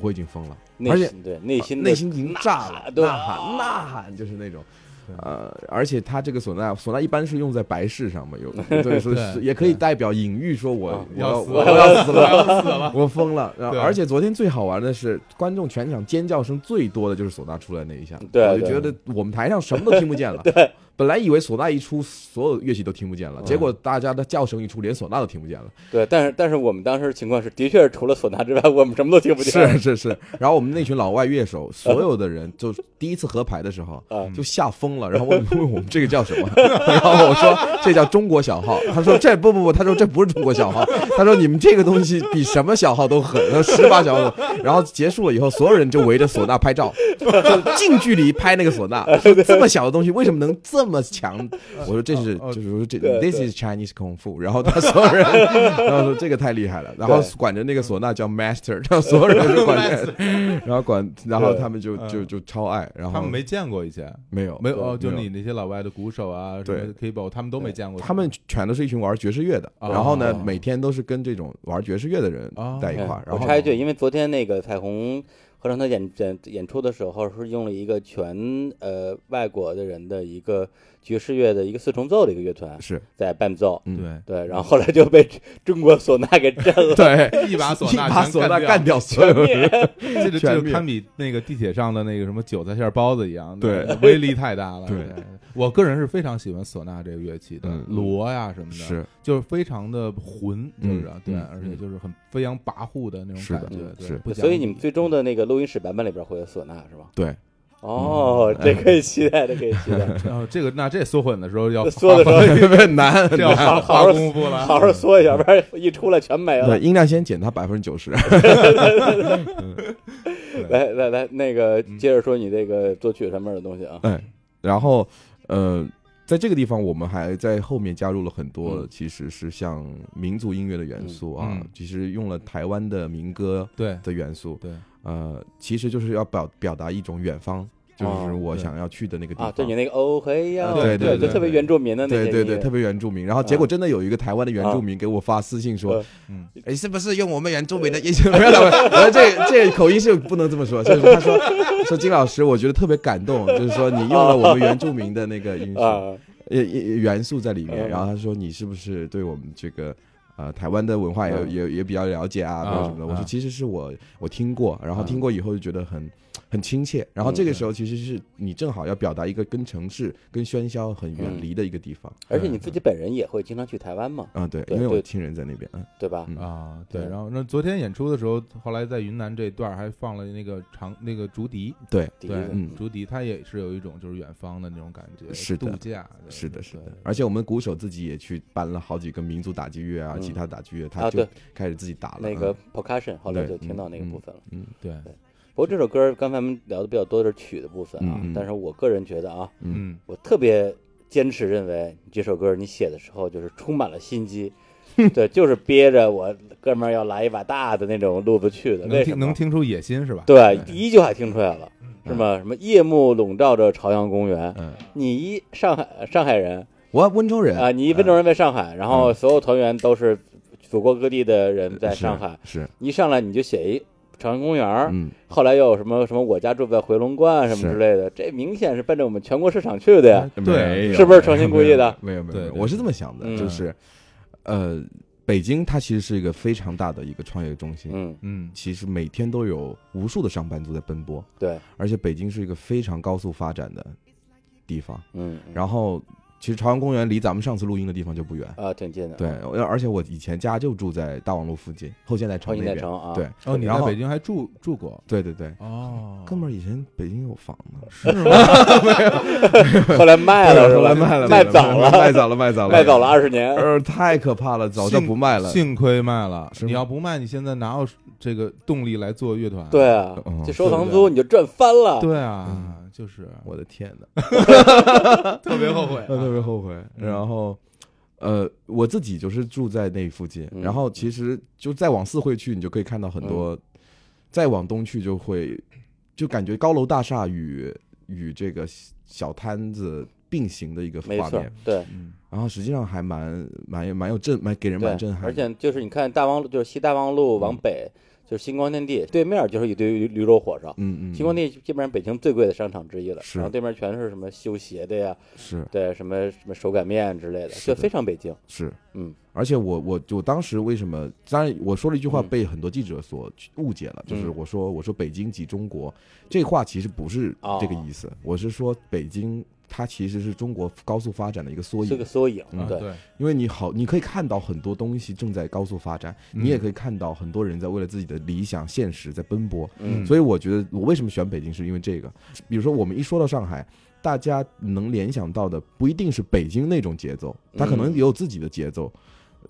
我已经疯了，内而且心对内心的内心已经炸了，对呐喊呐喊就是那种对。呃，而且它这个唢呐，唢呐一般是用在白事上嘛，有对，说对是也可以代表隐喻，说我我要死我了要死了，要死 <laughs> 了，我疯了。然后对而且昨天最好玩的是，观众全场尖叫声最多的就是唢呐出来那一下，对我就觉得我们台上什么都听不见了。对，本来以为唢呐一出，所有乐器都听不见了，结果大家的叫声一出，连唢呐都听不见了。对，但是但是我们当时情况是，的确是除了唢呐之外，我们什么都听不见。是是是。然后我们那群老外 <laughs> 乐手，所有的人就第一次合排的时候嗯就吓疯了，然后问 <laughs> 问我们这个叫什么， <laughs> 然后我说这叫中国小号，他说这不不不，他说这不是中国小号，他说你们这个东西比什么小号都狠，他说十八小号。然后结束了以后，所有人就围着唢呐拍照，就近距离拍那个唢 <laughs> 呐，说这么小的东西为什么能这么强？我说这是哦哦就是我说这对 this 对 is Chinese kung fu，然后他所有人， <laughs> 然后说这个太厉害了，然后对管着那个唢呐叫 master，然后所有人都管着， <laughs> 然后管，然后他们就嗯就就超爱，然后他们没见过以前，没有没有，哦就没你那些老外的鼓手啊，什对么 keyboard，他们都没见过，他们全都是一群玩爵士乐的，哦然后呢，每天都是跟这种玩爵士乐的人哦在一块哎儿，然我后插一句，因为昨天那个彩虹合唱团演演演出的时候，是用了一个全呃外国的人的一个爵士乐的一个四重奏的一个乐团是在伴奏，嗯。对，对，然后后来就被中国唢呐给占了对一 <laughs> 把唢一呐，把唢呐干掉，掉所有人， <laughs> 这就全这就灭堪比那个地铁上的那个什么韭菜馅儿包子一样，对那威力太大了。对，我个人是非常喜欢唢呐这个乐器的嗯，锣呀什么的，是就是非常的浑，就是啊嗯对，嗯而且就是很飞扬跋扈的那种是感的觉，对是不讲所以你 <laughs> 们最终的那个录音室版本里边会有唢呐是吗？对，哦，这可以期待，这可以期 <laughs> 待。然哦后这个那这缩混的时候要缩的时候特别难， <laughs> 这要花好好花功夫了，好好缩一下，不然一出来全没了对，。音量先减它百分之九十，来来来，那个嗯接着说你这个作曲上面的东西啊。哎，然后呃，在这个地方，我们还在后面加入了很多，嗯其实是像民族音乐的元素啊，嗯嗯其实用了台湾的民歌对的元素，对，呃，其实就是要表表达一种远方，就是哦我对想要去的那个地方。啊，对你那个哦嘿呀，啊对对对对就特别对原住民的那些对对对，音乐特别原住民。然后结果真的有一个台湾的原住民给我发私信说呃啊：“嗯哎，啊是不是用我们原住民的音 <laughs> 乐？不要不要，不要这这口音是不能这么说。”就是他说说金老师，我觉得特别感动，就是说你用了我们原住民的那个音乐。啊，呃元素在里面。嗯然后他说你是不是对我们这个呃台湾的文化也、嗯也也比较了解啊，啊没有什么的。我说啊其实是我我听过，然后听过以后就觉得很。很亲切。然后嗯这个时候其实是你正好要表达一个跟城市、跟喧嚣很远离的一个地方。而且你自己本人也会经常去台湾嘛，啊，对，嗯对因为我对亲人在那边，嗯，对吧？嗯啊，对，对然后那昨天演出的时候，后来在云南这段儿还放了那个长那个竹笛，对，第一对个，嗯竹笛它也是有一种就是远方的那种感觉，是的度假，对是的，是的对。而且我们鼓手自己也去搬了好几个民族打击乐啊、嗯吉他打击乐，他啊就对开始自己打了。那嗯个 percussion 后来对就听到嗯那个嗯部分了。对，不过这首歌刚才我们聊的比较多的是曲的部分啊，嗯嗯但是我个人觉得啊，嗯，我特别坚持认为这首歌你写的时候就是充满了心机，对，就是憋着我哥们儿要来一把大的那种路子去的，嗯能为什听么能？听出野心是吧？对，第一句话听出来了，是吗？什么夜幕笼罩着朝阳公园，嗯，你一上海上海人我温州人啊，你一温州人在上海，然后所有团员都是祖国各地的人在是上海，呃啊是，一上来你就写一朝阳公园儿，嗯，后来又有什么什么我家住在回龙观什么是之类的，这明显是奔着我们全国市场去的呀，对没有是不是诚心故意的？没有没有对没有，对我是这么想的，嗯就是，呃，北京它其实是一个非常大的一个创业中心，嗯，嗯，其实每天都有无数的上班族在奔波，对，而且北京是一个非常高速发展的地方。嗯，然后，其实朝阳公园离咱们上次录音的地方就不远，啊，挺近嗯的，对，，我而且我以前家就住在大望路附近后现代超城级代那边，城啊，对，哦，你然在后北京还住住过对对对，哦，哥们儿以前北京有房 <laughs> 呢，是吗？ <laughs> 后来卖 <laughs> 了是后吧？来卖了，卖早了， <laughs> 卖早了，卖早 <laughs> 了，卖早了，二十年，呃，太可怕了，早就幸不卖了，幸亏卖了。是吗你要不卖，你现在哪有这个动力来做乐团？对啊嗯，就收房对租你就赚翻了，对啊，就是嗯我的天哪！特别后悔啊我特别后悔。嗯然后，呃，我自己就是住在那附近，嗯然后其实就再往四惠去，你就可以看到很多；再往东去，就会就感觉高楼大厦与与这个小摊子并行的一个没画错面。，对嗯然后实际上还蛮蛮蛮有震，蛮给人蛮对震，撼。嗯而且就是你看大望路，就是西大望路往北就是星光天地，对面就是一堆驴驴肉火烧。嗯，嗯嗯，星光天地基本上北京最贵的商场之一了，是然后对面全是什么修鞋的呀，是对，什么什么手擀面之类的，是的就非常北京。是。嗯而且我我我当时为什么？当然我说了一句话嗯被很多记者所误解了，就是嗯我说我说北京及中国，这话其实不是哦这个意思，我是说北京它其实是中国高速发展的一个缩是影个，缩影，嗯对，啊对，因为你好，你可以看到很多东西正在高速发展，嗯你也可以看到很多人在为了自己的理想现实在奔波，嗯所以我觉得我为什么选北京是因为这个，比如说我们一说到上海。大家能联想到的不一定是北京那种节奏，它可能也有自己的节奏。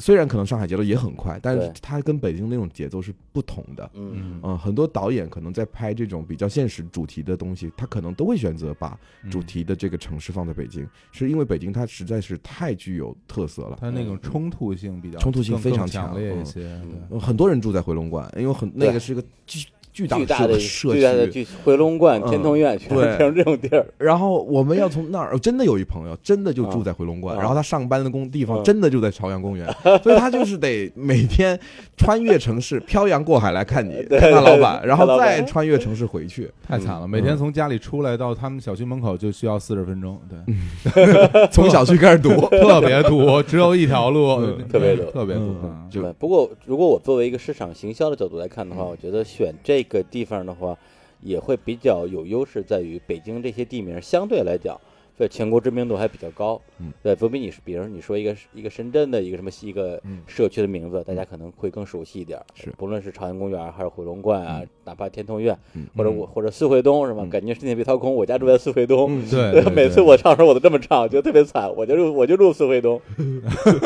虽然可能上海节奏也很快，但是嗯对它跟北京那种节奏是不同的。嗯，嗯、很多导演可能在拍这种比较现实主题的东西，他可能都会选择把嗯主题的这个城市放在北京，是因为北京它实在是太具有特色了。它那种冲突性比较冲突性更非常更强强烈一嗯些。嗯呃很多人住在回龙观，因为很那个是个巨巨大巨大的的社巨大的社区。巨回龙观、嗯天通苑，全对变成这种地儿，然后我们要从那儿，真的有一朋友真的就住在回龙观，啊然后他上班的工地方嗯真的就在朝 <laughs> 阳公园，所以他就是得每天穿越城市，漂洋过海来看你， <laughs> 对看他老板，对然看后老板再穿越城市 <laughs> 回去，太惨嗯了，每天从家里出来到他们小区门口就需要四十分钟，对，嗯从小区 <laughs> 开始嗯读。 <laughs> 特别堵，只有一条路，特别堵特别堵嗯啊。就对不过，如果我作为一个市场行销的角度来看的嗯话，我觉得选这个地方的话，也会比较有优势，在于北京这些地名相对来讲。在全国知名度还比较高，嗯对，不比你，比如说你说一个一个深圳的一个什么一个社区的名字，大家可能会更熟悉一点儿。是不嗯论是朝阳公园还是回龙观啊，哪怕天通苑嗯，或者我或者四惠东是吧？感觉是那被掏空，我家住在四惠东，嗯 <laughs> 对， <laughs> 对每次对我唱的时候我都这么唱，我觉得特别惨，我就录我就录四惠东， <laughs>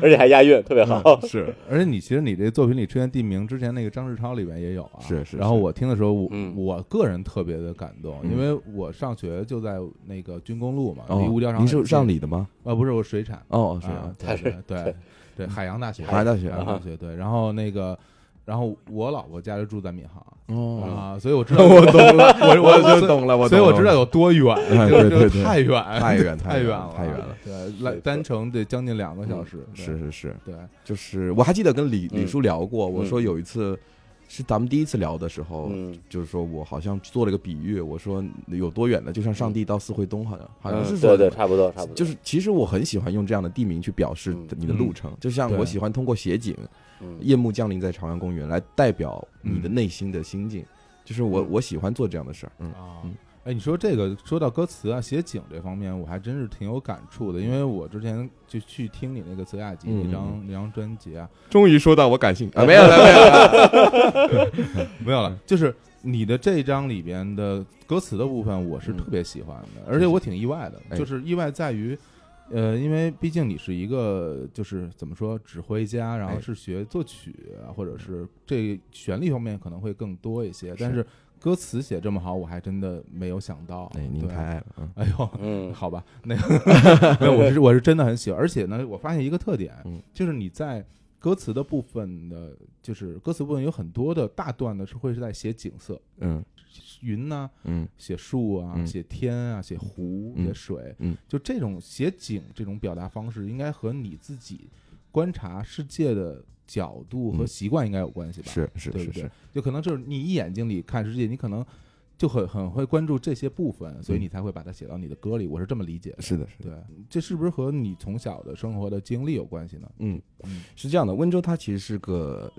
而且还押韵，特别好。是，而且你其实你这作品里出现地名，之前那个张世超里边也有啊。是是然后我听的时候，我嗯我个人特别的感动，嗯因为我上学就在那个军工路嘛，哦离五角场您是很上近里的吗？啊，不是我水产哦，是啊啊，，对对对对，海洋大学，海洋大学啊海洋大学对。然后那个，然后我老婆家就住在闵行。哦，啊，所以我知 <laughs> 道，我懂 <laughs> 了，我啊我 <laughs> 就所以懂了我所以懂我了知道有多远，哎就 <laughs> 对对就对太远，太远太远了，太远了，对，来单程得将近两个小时，对是，是是，对，就是我还记得跟李嗯李叔聊过，我嗯说有一次是咱们第一次聊的时候，嗯，就是说我好像做了个比喻，我说有多远的，就像上帝到四惠东，好像好像嗯是说对对，的吧。差不多差不多，就是，其实我很喜欢用这样的地名去表示嗯你的路程，就像对我喜欢通过写景“嗯夜幕降临在朝阳公园”来代表你的嗯内心的心境。就是嗯我我喜欢做这样的事儿，嗯啊嗯。哎，你说这个说到歌词啊、写景这方面，我还真是挺有感触的，因为我之前就去听你那个《泽雅集》嗯那张、那张专辑啊，终于说到我感兴趣啊，没有了没 <laughs> 有了， <laughs> 没嗯有了，就是你的这一张里边的歌词的部分，我是嗯特别喜欢的，而且我挺意外的，哎就是意外在于。呃，因为毕竟你是一个就是怎么说指挥家，然后哎是学作曲啊，或者是这旋律方面可能会更多一些，但是歌词写这么好，我还真的没有想到。哎，您对太爱了，嗯哎呦，嗯好吧，那个， <laughs> 没有，我是我是真的很喜欢，而且呢，我发现一个特点，嗯就是你在歌词的部分的，就是歌词部分有很多的大段呢是会是在写景色，嗯云呐、嗯写树啊，嗯写天啊，写湖，嗯写水，嗯就这种写景这种表达方式，应该和你自己观察世界的角度和嗯习惯应该有关系吧？是是对是不对是，？就可能就是你一眼睛里看世界，你可能就很很会关注这些部分，所以嗯你才会把它写到你的歌里。我是这么理解的。是的是的，对，嗯这是不是和你从小的生活的经历有关系呢？嗯嗯，是这样的，温州它其实是个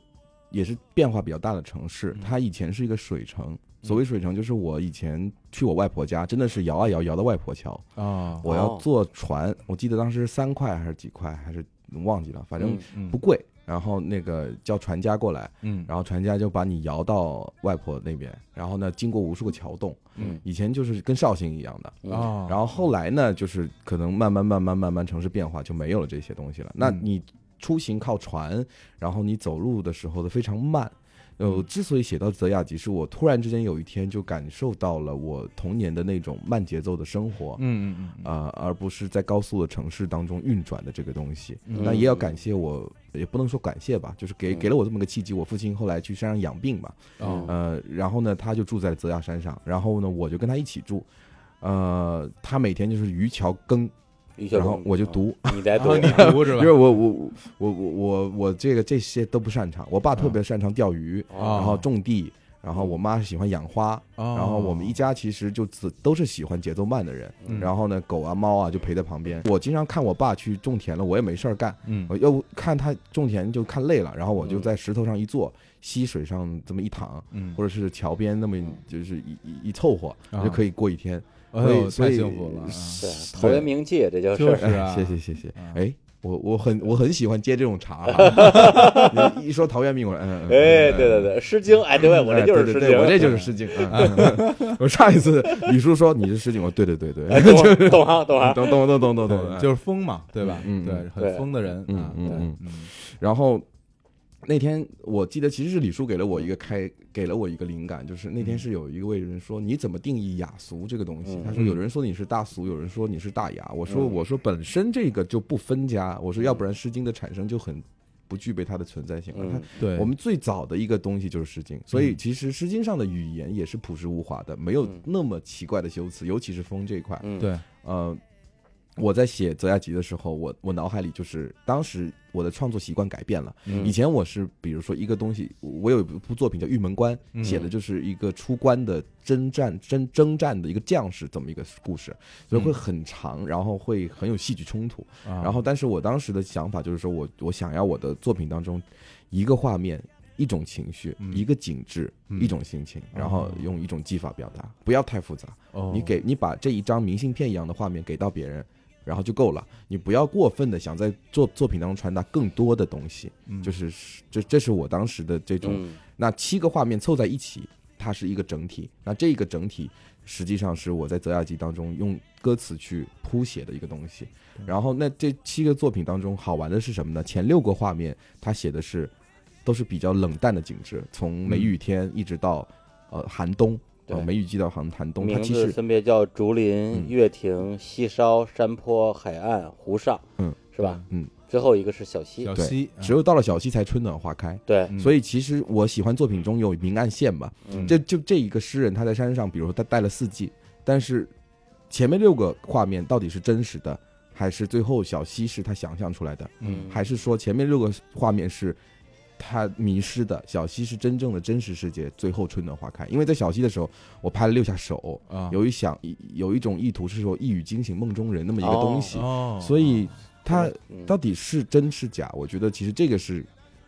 也是变化比较大的城市嗯，它以前是一个水城。所谓水城，就是我以前去我外婆家，真的是摇啊摇，摇到外婆桥。啊我要坐船，我记得当时是三块还是几块，还是忘记了，反正嗯不贵。然后那个叫船家过来，嗯然后船家就把你摇到外婆那边，然后呢，经过无数个桥洞，嗯以前就是跟绍兴一样的。嗯啊，然后后来呢，就是可能慢慢慢慢慢慢城市变化就没有了这些东西了。那嗯你出行靠船，然后你走路的时候的非常慢。呃，嗯我之所以写到泽雅集，是我突然之间有一天就感受到了我童年的那种慢节奏的生活。嗯嗯嗯啊、而不是在高速的城市当中运转的这个东西。嗯那也要感谢我，也不能说感谢吧，就是给嗯给了我这么个契机。我父亲后来去山上养病嘛，哦呃，然后呢，他就住在泽亚山上，然后呢，我就跟他一起住。呃，他每天就是渔樵耕，于小然后龙我就读，嗯哦你 <laughs> 在读啊，你读是因吧为？我我我我我我我这个这些都不擅长。我爸特别擅长钓鱼，啊哦然后种地，然后我妈喜欢养花，然然后我们一家其实就只都是喜欢节奏慢的人，嗯然后呢，狗啊猫啊就陪在旁边。我经常看我爸去种田了，我也没事儿干，嗯我又看他种田就看累了，然后我就嗯在石头上一坐，溪水上这么一躺，嗯，或者是桥边那么一就是一一一凑合，啊就可以过一天。哎呦嗯所太以幸福了啊，对啊陶渊明界，这叫就是是啊， <laughs> 谢谢谢谢啊，哎。我我很我很喜欢接这种茬啊， <laughs> 你一说陶渊明，我说嗯，嗯哎，嗯嗯对对对，《诗经》哎，对，我这就是《哎诗经对对对》，我这就是诗经。嗯 <laughs> 我上一次李叔说你是诗经，我说对对对对，哎， <laughs> 懂懂行懂 <laughs> 行，懂懂懂懂懂懂，对， <laughs> 就是疯嘛，对吧？嗯嗯对，很对疯的人嗯啊，嗯对嗯嗯然后那天我记得其实是李叔给了我一个开，给了我一个灵感，就是那天是有一位人说你怎么定义雅俗这个东西？嗯他说有人说你是大俗，有人说你是大雅。我说我说本身这个就不分家，我说要不然《诗经》的产生就很不具备它的存在性了。它嗯对，我们最早的一个东西就是《诗经》，所以其实《诗经》上的语言也是朴实无华的，没有那么奇怪的修辞，尤其是风这一块。嗯，对，呃，我在写《泽雅集》的时候，我我脑海里就是当时我的创作习惯改变了。嗯以前我是比如说一个东西，我有一部作品叫《玉门关》，嗯写的就是一个出关的征战征征战的一个将士这么一个故事，所以嗯会很长，然后会很有戏剧冲突。然然后，但是我当时的想法就是说我我想要我的作品当中，一个画面。一种情绪，嗯一个景致，嗯一种心情，然后用一种技法表达，不要太复杂。哦你给你把这一张明信片一样的画面给到别人，然后就够了。你不要过分的想在作作品当中传达更多的东西，嗯就是这这是我当时的这种。嗯那七个画面凑在一起，它是一个整体。那这个整体实际上是我在《泽雅集》当中用歌词去谱写的一个东西。然后那这七个作品当中好玩的是什么呢？前六个画面它写的是都是比较冷淡的景致，从梅雨天一直到呃寒冬。呃嗯对梅雨季到寒寒冬，它名其字实分别叫竹林、嗯月亭、西梢、山坡、海岸、湖上，嗯，是吧？嗯，最后一个是小溪小，对溪，只有到了小溪才春暖花开。对，嗯所以其实我喜欢作品中有明暗线嘛，嗯这就这一个诗人他在山上，比如说他待了四季，但是前面六个画面到底是真实的，还是最后小溪是他想象出来的，嗯还是说前面六个画面是他迷失的，小溪是真正的真实世界，最后春暖花开？因为在小溪的时候，我拍了六下手，啊嗯有一想有一种意图是说一语惊醒梦中人那么一个东西，哦，所以他嗯到底是真是假？我觉得其实这个是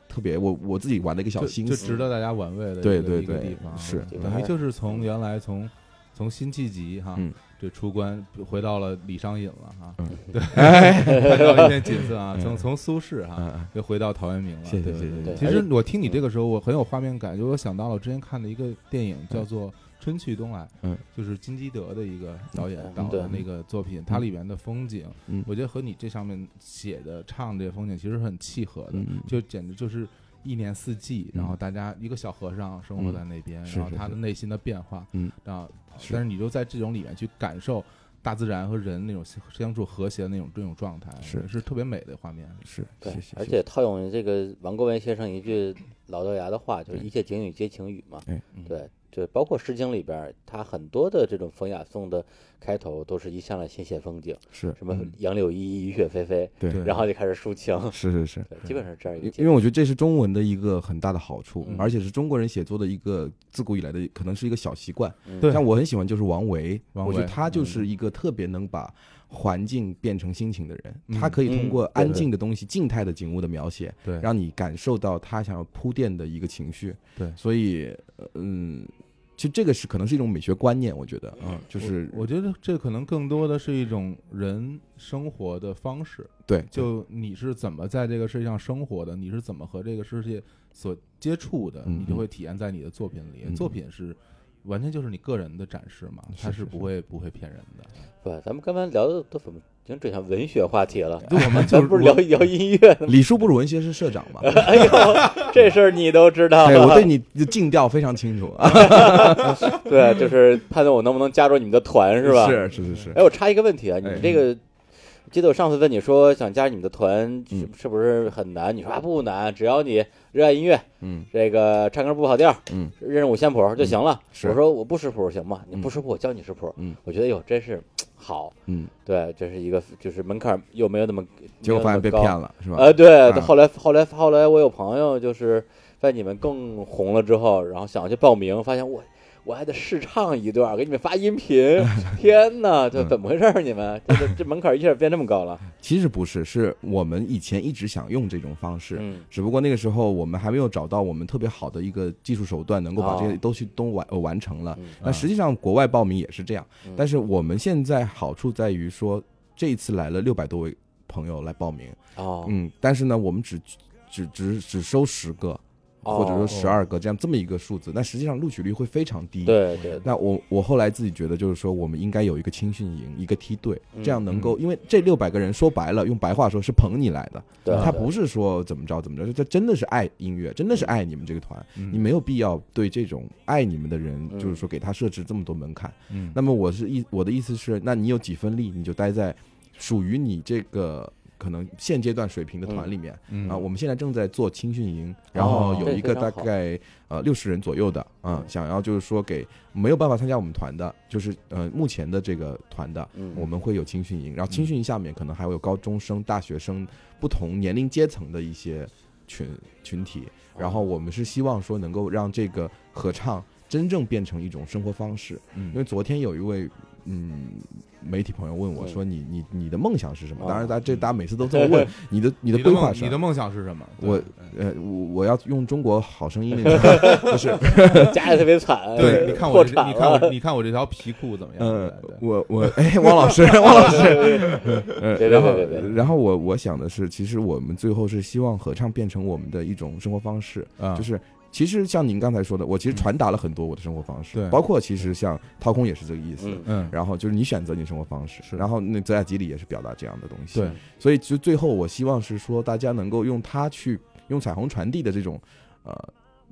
特别我我自己玩的一个小就心就思值。得大家玩味的一个对对一个对地方啊，是嗯等于就是从原来从从辛弃疾哈嗯这出关回到了李商隐了哈，嗯 <laughs> 对，回到了一片锦瑟啊，从从苏轼哈嗯嗯又回到陶渊明了，谢谢啊对谢吧谢哎谢谢对。其而实我听你这个时候，我很有画面感，就我想到了我之前看的一个电影，叫做《春去冬来》，嗯，就是金基德的一个导演嗯导的对那个作品，它里面的风景，嗯我觉得和你这上面写的唱这风景其实很契合的，嗯嗯就简直就是。一年四季，嗯然后大家一个小和尚生活在那边，是然后是他是的内心的变化，嗯，然后是但是你就在这种里面去感受大自然和人那种相相处和谐的那种这种状态，是是特别美的画面。是，对是，是而是且套用这个王国维先生一句老掉牙的话，就是一切景语皆情语嘛。哎对，就包括《诗经》里边儿，它很多的这种风雅颂的开头都是一上来先写风景，是什么嗯杨柳依依，雨雪霏霏，对嗯对然后就开始抒 <laughs> 情。是是是，对，基本上是这样一个因结因为我觉得这是中文的一个很大的好处嗯，而且是中国人写作的一个自古以来的可能是一个小习惯。对像我很喜欢就是王维，王我觉得维他就是一个特别能把环境变成心情的人，嗯他可以通过嗯安静的东西、静态的景物的描写，对让你感受到他想要铺垫的一个情绪。对所以呃嗯，其实这个是可能是一种美学观念，我觉得啊，就是我觉得这可能更多的是一种人生活的方式，对，就你是怎么在这个世界上生活的，你是怎么和这个世界所接触的，嗯你就会体验在你的作品里。嗯作品是完全就是你个人的展示嘛，是它是不会不会骗人的。不，咱们刚才聊的都怎么已经转向文学话题了？对，我们就咱不是聊我聊音乐呢？ <laughs> 李叔不是文学是社长嘛？哎呦， <laughs> 这事儿你都知道 <laughs> 哎对，我了对？你的静调非常清楚啊， <laughs> 对，就是判断我能不能加入你们的团是吧？ <laughs> 是是是是，哎，我插一个问题啊，你们这个，记得我上次问你说想加入你们的团是嗯是不是很难？你说啊不难，只要你热爱音乐，嗯，这个唱歌不跑调，嗯，认识五线谱就行了。是我说我不识谱行吗？你不识谱，我教你识谱。嗯，我觉得哟，真是好，嗯，对，这是一个就是门槛又没有那么，结果发现被骗了。了是吧？呃，对，啊后来后来后来，我有朋友就是在你们更红了之后，然后想去报名，发现我我还得试唱一段，给你们发音 <laughs> 频，天哪，这嗯怎么回事儿？你们这这这门槛一下变这么高了？其实不是，是我们以前一直想用这种方式，嗯只不过那个时候我们还没有找到我们特别好的一个技术手段，能够把这些哦都去都完、呃完成了。嗯那实际上国外报名也是这样，嗯但是我们现在好处在于说，这一次来了六百多位朋友来报名，哦，嗯，但是呢，我们只只只只收十个，或者说哦十二个这样这么一个数字，那实际上录取率会非常低。对对，那我我后来自己觉得，就是说我们应该有一个青训营，一个梯队，嗯这样能够，因为这六百个人说白了，用白话说是捧你来的，对啊他对不是说怎么着怎么着，他真的是爱音乐，真的是爱你们这个团，嗯你没有必要对这种爱你们的人，嗯就是说给他设置这么多门槛。嗯那么我是意我的意思是，那你有几分力，你就待在属于你这个。可能现阶段水平的团里面、嗯啊，我们现在正在做青训营，然后有一个哦这非大常好概呃六十人左右的啊、嗯想要就是说给没有办法参加我们团的，就是呃目前的这个团的，嗯 <laughs> 我们会有青训营，嗯然后青训营下面可能还会有高中生、大学生不同年龄阶层的一些群群体，哦然后我们是希望说能够让这个合唱真正变成一种生活方式，嗯因为昨天有一位嗯媒体朋友问我嗯说你你你的梦想是什么？哦当然，大家这大家每次都这么 <laughs> 问你的嗯你你的的规划梦是你的什么？梦想是什么？对我呃我我要用中国好 <laughs> 声音那个不是家里特别 <laughs> 惨，对，你看我破这，产你看我了这，你看我这条皮裤怎么样？呃对对我我哎汪老师汪老师呃对对然后对对对然后我我想的是，其实我们最后是希望合唱变成我们的一种生活方式，啊就是其实像您刚才说的，我嗯其实传达了很多我的生活方式，对包括其实像掏空也是这个意思。嗯嗯，然后就是你选择你生活方式，是然后那《泽雅集》里也是表达这样的东西。对，所以就最后我希望是说，大家能够用它去用彩虹传递的这种，呃，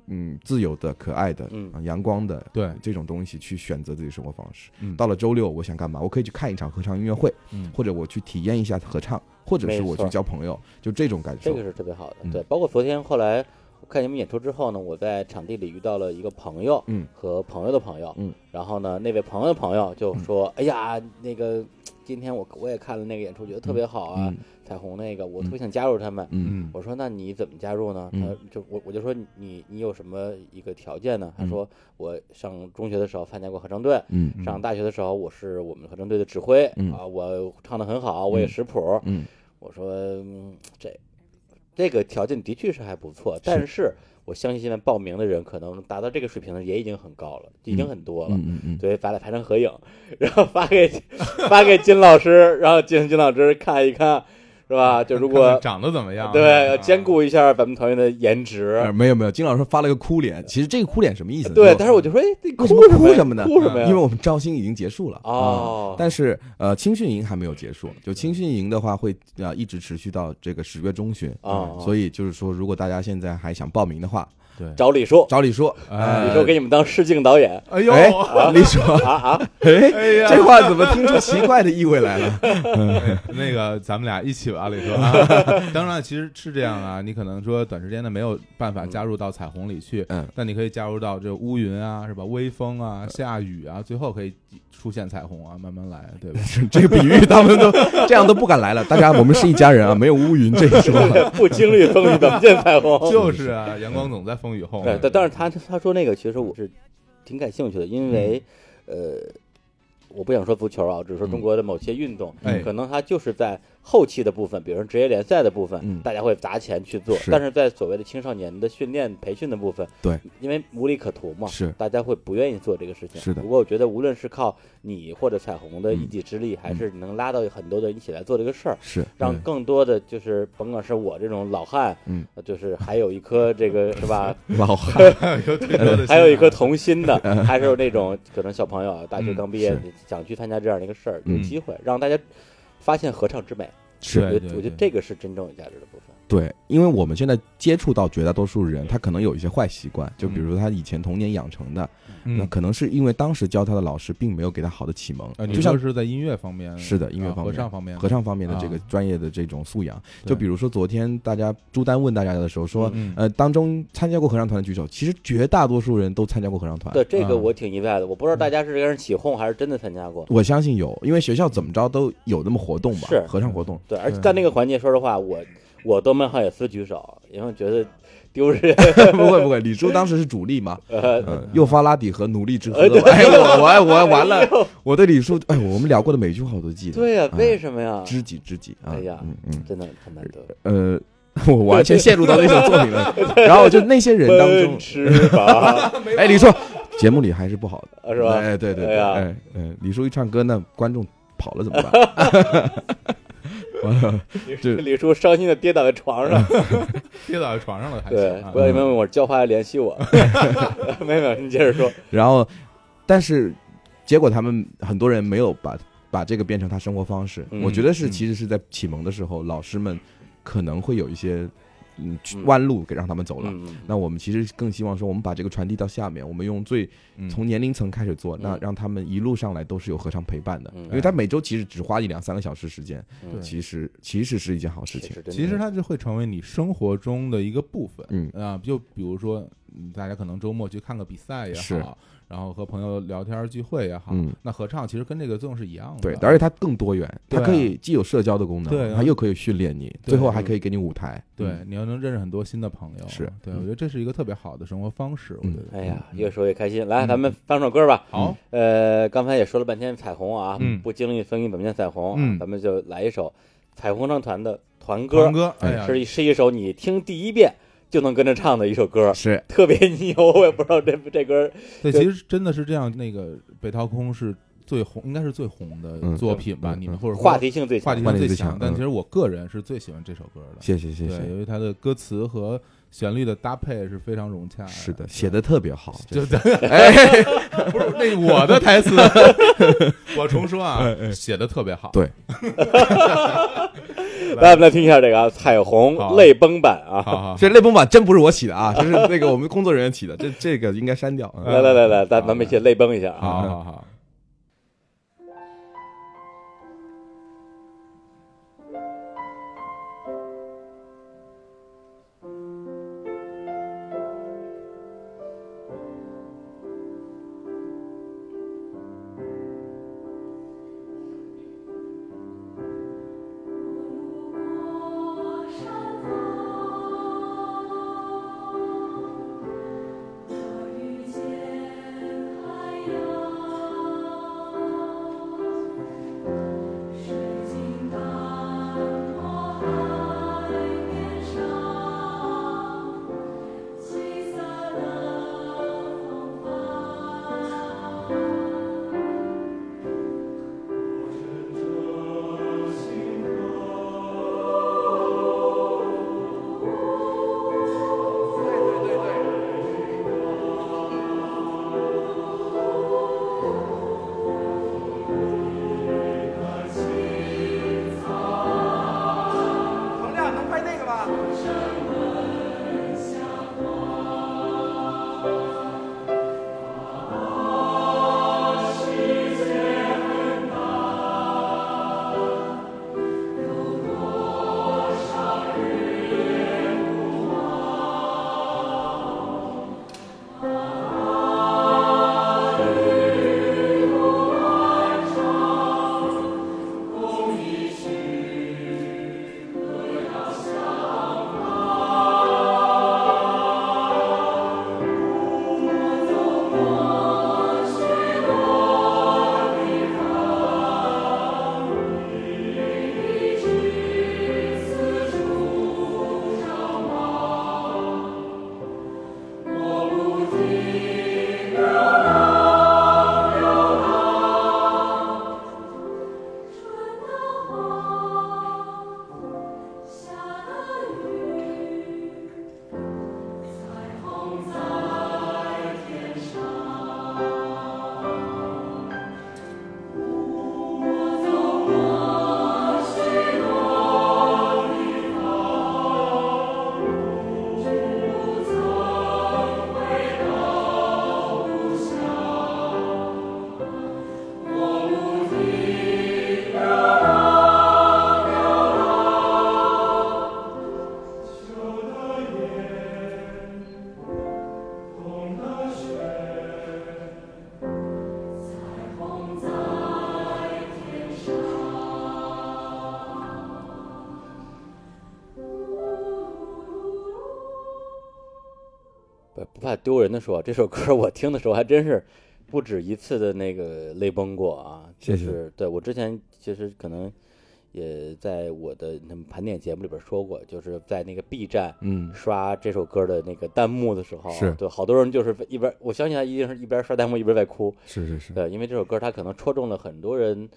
嗯，自由的、可爱的、嗯呃阳光的对，这种东西去选择自己生活方式。嗯到了周六，我想干嘛？我可以去看一场合唱音乐会，嗯或者我去体验一下合唱，或者是我没去错交朋友，就这种感这受个。是特别好的嗯。对，包括昨天后来我看你们演出之后呢，我在场地里遇到了一个朋友，嗯，和朋友的朋友，嗯，然后呢，那位朋友的朋友就说：“哎呀，那个今天我我也看了那个演出，觉得特别好啊，嗯彩虹那个，我特别想加入他们。嗯嗯我说：“那你怎么加入呢？”嗯他就我我就说你你有什么一个条件呢？他说：“我上中学的时候参加过合唱队，嗯嗯上大学的时候我是我们合唱队的指挥、嗯啊，我唱的很好，我也识谱。嗯我说、嗯这这个条件的确是还不错，但是我相信现在报名的人可能达到这个水平的也已经很高了，已经很多了。嗯嗯对，把它拍成合影，然后发给 <laughs> 发给金老师，然后金金老师看一看，是吧？啊就如看果看长得怎么样？对啊要兼顾一下咱们团员的颜值，呃没有没有，金老师发了个哭脸，其实这个哭脸什么意思呢？对。就但是我就说，哎，你为哭什么哭什什么呢？嗯哭什么呀？因为我们招新已经结束了哦嗯啊但是呃，青训营还没有结束，就青训营的话会啊一直持续到这个十月中旬啊哦所以就是说，如果大家现在还想报名的话，对，找李叔，找李叔，哎李叔给你们当试镜导演哎呃哎呦，，李叔， <laughs> 啊啊！哎哎呀，这话怎么听出奇怪的意味来了？那个咱们俩一起吧，李叔。啊当然，其实是这样啊，你可能说短时间内没有办法加入到彩虹里去，嗯，但你可以加入到这乌云啊，是吧？微风啊，下雨啊，最后可以出现彩虹啊，慢慢来，对吧？ <laughs> 这个比喻他 <laughs> 们都这样都不敢来了。大家，我们是一家人啊，没有乌云这一 <laughs> 说。不经历风雨怎么见彩虹？就是啊，阳光总在风雨后哦嘛。对，哎但但嗯是 <laughs> 他他说那个，其实我是挺感兴趣的，因为、呃，我不想说足球啊，只是嗯说中国的某些运动，哎可能它就是在后期的部分，比如说职业联赛的部分，嗯大家会砸钱去做，是但是在所谓的青少年的训练培训的部分，对，因为无利可图嘛，是大家会不愿意做这个事情。是的嗯不过我觉得，无论是靠你或者彩虹的一己之力，还是能拉到很多的人一起来做这个事儿，是让更多的就是甭管是我这种老汉，嗯呃，就是还有一颗这个是吧，老汉，有挺多的，啊还有一颗童心 <laughs> 的，还是有那种可能小朋友啊，大学嗯刚毕业是想去参加这样的一个事儿，有嗯机会让大家发现合唱之美。是我对觉对得我觉得对这个是真正有价值的部分。对，因为我们现在接触到绝大多数人，他可能有一些坏习惯，就比如说他以前童年养成的，那嗯。可能是因为当时教他的老师并没有给他好的启蒙啊，，你就像说是在音乐方面，是的音乐啊方合面唱方面，合唱方面的这个啊专业的这种素养。对就比如说昨天大家朱丹问大家的时候说，嗯呃，当中参加过合唱团的举手，其实绝大多数人都参加过合唱团。对，这个嗯我挺意啊外的，我不知道大家是跟人起哄还是真的参加过。我相信有，因为学校怎么着都有那么活动吧，是合唱活动。对，而且对嗯在那个环节，说实话，我我都没好也思举手，因为觉得丢 <laughs> 人。 <laughs> 不会不会，李叔当时是主力嘛，呃嗯，幼发拉底和奴隶之合的， <laughs> 哎，我 <laughs> 我我完了，我对李叔，哎，我们聊过的每句话我都记得，对呀，嗯为什么呀？知己知己啊，哎呀嗯嗯，真的很难得。呃。 <laughs> 我完全陷入到那首作品 <laughs> 了，然后就那些人当奔中，驰吧，哎，李叔，节目里还是不好的，是吧？ <laughs> 哎，对对哎对，呀哎哎，李叔一唱歌，那观众跑了怎么办？完了，这李叔伤心的跌倒在床上，嗯跌倒在床上了还对行，啊不要因为我叫花来联系 <laughs> 我。 <laughs> 没有没有，你接着说。然后，但是结果他们很多人没有把把这个变成他生活方式。嗯我觉得是，嗯其实是在启蒙的时候，老师们可能会有一些嗯去嗯弯路给让他们走了。嗯，那我们其实更希望说，我们把这个传递到下面，我们用最嗯从年龄层开始做，那嗯让他们一路上来都是有合唱陪伴的，嗯因为他每周其实只花一两三个小时时间，嗯其实其实是一件好事情。其实它就会成为你生活中的一个部分。嗯啊，就比如说，嗯大家可能周末去看个比赛也是好，然后和朋友聊天儿聚会也好，嗯那合唱其实跟这个作用是一样的。对，而且它更多元，它对啊可以既有社交的功能，对啊它又可以训练你，对最后还可以给你舞台。对，你要能认识很多新的朋友，啊嗯是对，嗯我觉得这是一个特别好的生活方式。我觉得，哎呀，越说越开心。来，咱嗯们放首歌吧。好，呃，刚才也说了半天彩虹啊，嗯不经历风雨怎么见彩虹啊？嗯咱们就来一首彩虹合唱团的团歌团，哥，哎呀，是一是一首你听第一遍就能跟着唱的一首歌，是特别牛。 <laughs> 我也不知道这这歌对，其实真的是这样。那个北掏空是最红，应该是最红的嗯作品吧？嗯你们或者说话题性最话强题。话性题最最强强，但嗯其实我个人是最喜欢这首歌的。谢谢谢谢对，。由于它的歌词和旋律的搭配是非常融洽。是的，写的特别好，就就是 <laughs> 哎，不是那我的台词， <laughs> 我重说啊，哎写的特别好。对，来，我们来听一下这个啊，彩虹好泪崩版啊。好好，这泪崩版真不是我起的啊，这是那个我们工作人员起的，这这个应该删掉。嗯 <laughs> 来来来来，咱咱们一起泪崩一下啊！好好好，我遇见海洋。不不怕丢人的说，这 <laughs> 首歌我听的时候还真是不止一次的那个泪崩过啊。就谢谢是对我之前其实可能也在我的那么盘点节目里边说过，就是在那个 B 站嗯，刷这首歌的那个弹幕的时候啊，是对好多人就是一边，我相信他一定是一边刷弹幕一边在哭，是是 <laughs> 是，对，因为这首歌它可能戳中了很多人，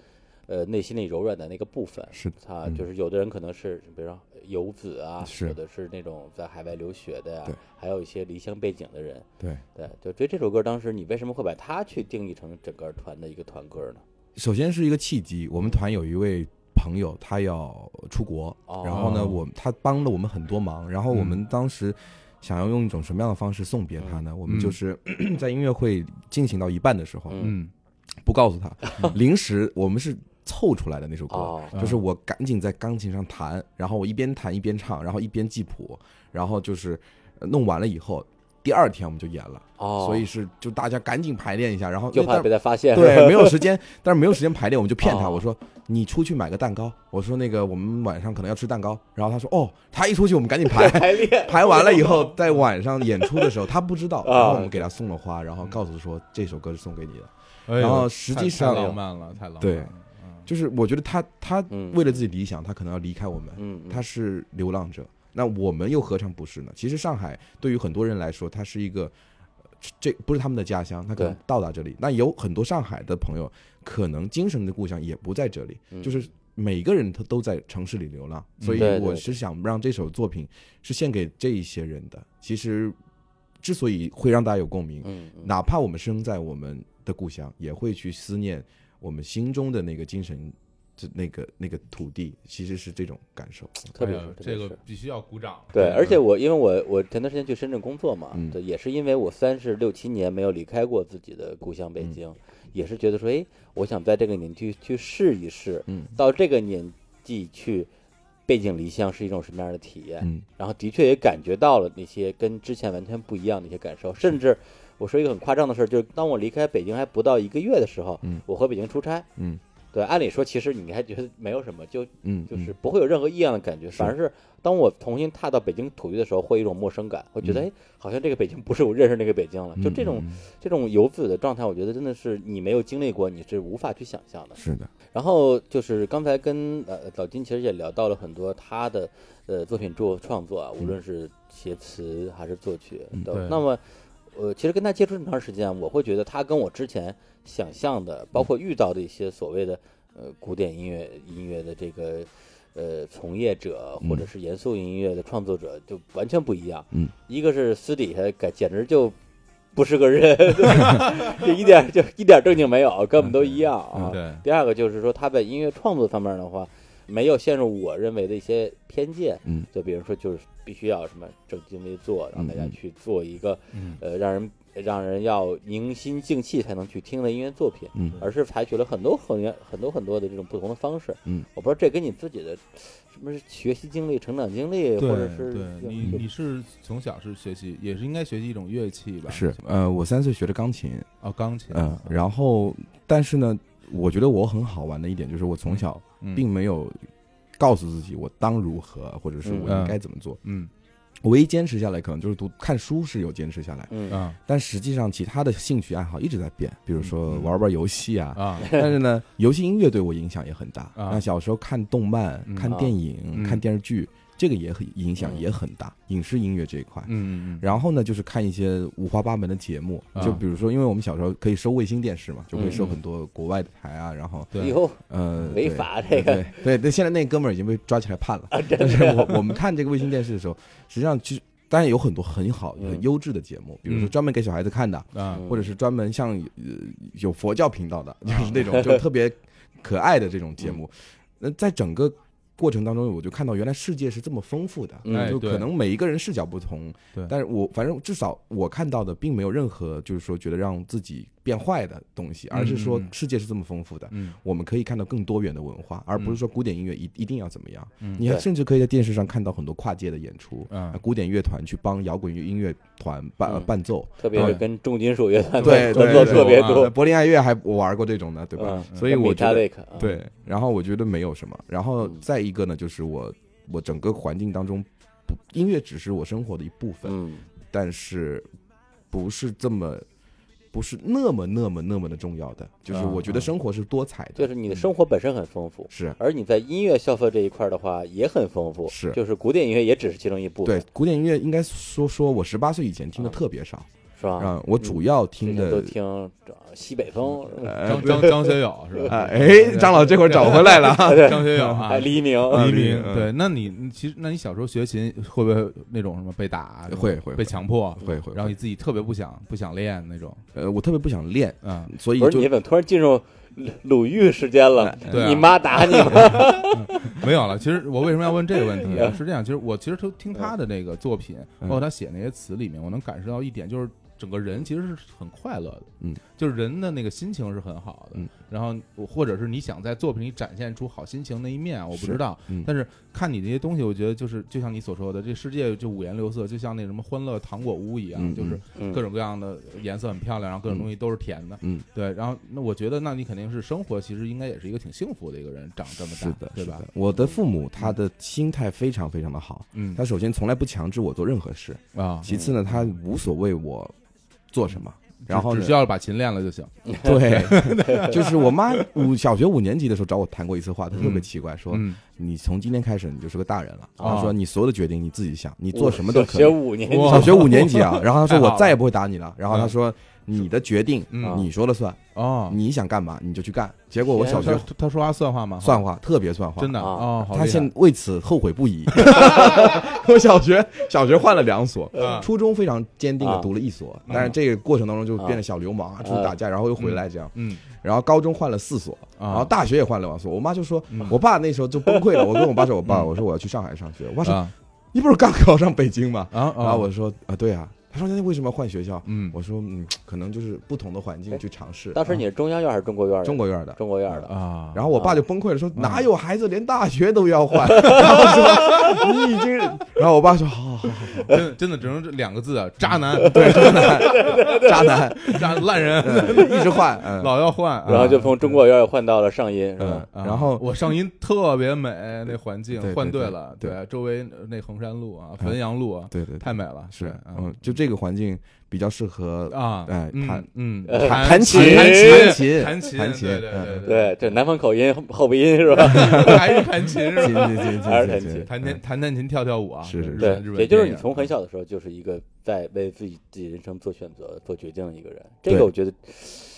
呃，内心里柔软的那个部分。是的他嗯就是有的人可能是，比如说游子啊，是有的是那种在海外留学的呀、对还有一些离乡背景的人。对。对，就所以这首歌当时你为什么会把它去定义成整个团的一个团歌呢？首先是一个契机，我们团有一位朋友，他要出国，哦嗯然后呢，哦我他帮了我们很多忙，然后我们当时想要用一种什么样的方式送别他呢？我们就是 <clears throat> 在音乐会进行到一半的时候，嗯嗯，不 <laughs> 告诉他，临时我们是凑出来的那首歌，哦，就是我赶紧在钢琴上弹，然后我一边弹一边唱，然后一边记谱，然后就是呃弄完了以后，第二天我们就演了，哦，所以是就大家赶紧排练一下，然后就那怕但被他发现。对，没有时间，但是没有时间排练，我们就骗他。哦我说你出去买个蛋糕，我说那个我们晚上可能要吃蛋糕，然后他说哦，他一出去我们赶紧排， <laughs> <laughs> 排练。排完了以后，在晚上演出的时候他不知道，啊嗯然后我们给他送了花，然后告诉说这首歌是送给你的，哎呦然后实际上太太浪漫了，太浪漫了。对嗯，就是我觉得他他嗯为了自己理想，他可能要离开我们，嗯，嗯他是流浪者，那我们又何尝不是呢？其实上海对于很多人来说，它是一个。呃这不是他们的家乡，他可能对到达这里。那有很多上海的朋友，可能精神的故乡也不在这里，嗯就是每个人他都在城市里流浪。所以对对我对是想让这首作品是献给这一些人的。其实，之所以会让大家有共鸣，嗯，嗯哪怕我们生在我们的故乡，也会去思念我们心中的那个精神，这那个那个土地，其实是这种感受。特别哎是呦特别这个是必须要鼓掌。对，而且我因为我我前段时间去深圳工作嘛，哎嗯对，也是因为我三十六七年没有离开过自己的故乡北嗯京，也是觉得说，哎，我想在这个年纪去试一试，嗯到这个年纪去背井离乡是一种什么样的体验。嗯，然后的确也感觉到了那些跟之前完全不一样的一些感受，甚至我说一个很夸张的事儿，就是当我离开北京还不到一个月的时候，嗯我回北京出差，嗯，对，按理说其实你还觉得没有什么，就嗯，就是不会有任何异样的感觉，是反而是当我重新踏到北京土地的时候，会有一种陌生感，会觉得嗯哎，好像这个北京不是我认识那个北京了。嗯就这种嗯嗯这种游子的状态，我觉得真的是你没有经历过，你是无法去想象的。是的，然后就是刚才跟呃老金其实也聊到了很多他的呃作品作创作啊，无论是写词还是作曲嗯都。对那么呃，其实跟他接触这么长时间，我会觉得他跟我之前想象的，包括遇到的一些所谓的呃古典音乐音乐的这个呃从业者嗯或者是严肃音乐的创作者，就完全不一样。嗯，一个是私底下感简直就。不是个人， <laughs> 就一点就一点正经没有，跟我们都一样啊。嗯对，第二个就是说，他在音乐创作方面的话，没有陷入我认为的一些偏见。嗯，就比如说，就是必须要什么正襟危坐，让大家嗯嗯去做一个、嗯呃让人让人要凝心静气才能去听的音乐作品，嗯而是采取了很多很很多很多的这种不同的方式。嗯，我不知道这跟你自己的什么学习经历、成长经历，或者对是对，你你是从小是学习，也是应该学习一种乐器吧？是，呃，我三岁学的钢琴，哦，钢琴。嗯，然后但是呢，我觉得我很好玩的一点就是我从小嗯并没有告诉自己我当如何，或者是我嗯应该怎么做。嗯我唯一坚持下来，可能就是读看书是有坚持下来，嗯啊但实际上其他的兴趣爱好一直在变，比如说嗯嗯玩玩游戏啊， <laughs> 啊，但是呢，游戏音乐对我影响也很大。啊那小时候看动漫、嗯看电影、嗯看电视剧，这个也很影响嗯也很大，影视音乐这一块。嗯嗯嗯，然后呢，就是看一些五花八门的节目，啊就比如说，因为我们小时候可以收卫星电视嘛，就会收嗯很多国外的台啊，然后嗯，对以，后呃，违对法这对个啊对对对，现在那哥们儿已经被抓起来判了。但是我我们看这个卫星电视的时候，实际上其实当然有很多很好、嗯很优质的节目，比如说嗯专门给小孩子看的，啊嗯或者是专门像呃有佛教频道的，就是那种就特别可爱的这种节目。嗯那在整个过程当中，我就看到原来世界是这么丰富的，嗯哎就对可能每一个人视角不同对，但是我反正至少我看到的并没有任何就是说觉得让自己变坏的东西，而是说嗯嗯世界是这么丰富的。嗯我们可以看到更多元的文化，而不是说古典音乐一一定要怎么样。嗯你还对甚至可以在电视上看到很多跨界的演出，啊古典乐团去帮摇滚乐音乐团伴、呃嗯伴奏，特别是对跟重金属乐 <laughs> 团对合对作对特别啊多呃，柏林爱乐还我玩过这种的，对吧？嗯所以我觉得 Metallica，啊对，然后我觉得没有什么。然后嗯再一个呢，就是我我整个环境当中，不音乐只是我生活的一部分，嗯但是不是这么，不是那么那么那么的重要的。就是嗯我觉得生活是多彩的，就是你的生活本身很丰富，是而你在音乐消费这一块的话也很丰富，是就是古典音乐也只是其中一部分，对古典音乐应该说说我十八岁以前嗯听的特别少，是吧？啊，我主要之听前嗯都的嗯听呃西北风，呃张张张学友是吧？哎啊，哎，张老这会儿找回来了啊， <laughs> 张学友 <laughs> 啊哎，，黎明，黎黎明明，嗯对，那你你其实，那你小时候学琴会不会那种什么被打啊，什么会会被强迫，会会然后你自己特别不想不想练那种，呃，我特别不想练，嗯，所以不是就你怎么突然进入鲁鲁豫时间了？对啊你妈打你 <laughs> 吗？ <laughs> 没有了。其实我为什么要问这个问题啊？是这样，其实我其实都听他的那个作品，嗯包括他写那些词里面，我能感受到一点，就是整个人其实是很快乐的，嗯，就是人的那个心情是很好的嗯。然后我或者是你想在作品里展现出好心情那一面，我不是知道嗯，但是看你这些东西，我觉得就是就像你所说的，这世界就五颜六色，就像那什么欢乐糖果屋一样，嗯就是嗯各种各样的颜色很漂亮，然后各种东西都是甜的。嗯，对。然后那我觉得，那你肯定是生活，其实应该也是一个挺幸福的一个人，长这么大，是的，对是吧的？我的父母他的心态非常非常的好，嗯他首先从来不强制我做任何事，啊，其次呢，他无所谓我做什么。然只后只呢需要把琴练了就行。 <laughs> 对， <laughs> 就是我妈五小学五年级的时候找我谈过一次话，她特别嗯奇怪，说嗯，你从今天开始你就是个大人了。哦她说你所有的决定你自己想，你做什么都可小学以。五年哇级，小学五 <laughs> 年级啊，然后她太说好我再也不会打你了。然后她嗯说你的决定嗯你说了算，哦，你想干嘛你就去干。结果我天小他学他说话算话吗？算话特别算话，嗯真的啊哦，好厉他害现为此后悔 <laughs> 不已。 <laughs> 我小学小学换了两所，嗯初中非常坚定的啊读了一所，嗯但是这个过程当中就变啊得小流氓，啊出去打架，然后又回来这样。嗯然后高中换了四所，啊嗯然后大学也换了两所。我妈就说，我爸那时候就崩溃了。我跟我爸说，我爸我说我要去上海上学。我爸说，啊你不是刚 <laughs> 考上北京吗？啊然后我说啊，对啊。他说那为什么要换学校？嗯哎我说嗯，可能就是不同的环境去尝试。当时你是中央院还是中国院的？啊中国院的，中国院的，啊，然后我爸就崩溃了，说哪有孩子连大学都要换？ <laughs> 然后说你已经，然后我爸说好好好好，真真的只能这两个字啊，渣男，对，渣男，渣男，渣烂人，嗯一直换，嗯，老要换，啊然后就从中国院换到了上音，是吧嗯？啊然后我上音特别美，那环境对对换对了，对嗯对，周围那衡山路啊、汾阳路啊，对对对，太美了，是，嗯嗯，就这个环境比较适合啊，哎嗯弹嗯呃弹弹琴琴弹弹琴弹琴弹琴对嗯对对，这南方口音后后鼻音是吧？对，还是弹琴是行吧？行行还是行弹行琴行，弹嗯弹弹弹琴跳跳舞啊，是是日对本日，本也就是电你影啊从很小的时候就是一个在为自己自己人生做选择、做决定的一个人，这个对我觉得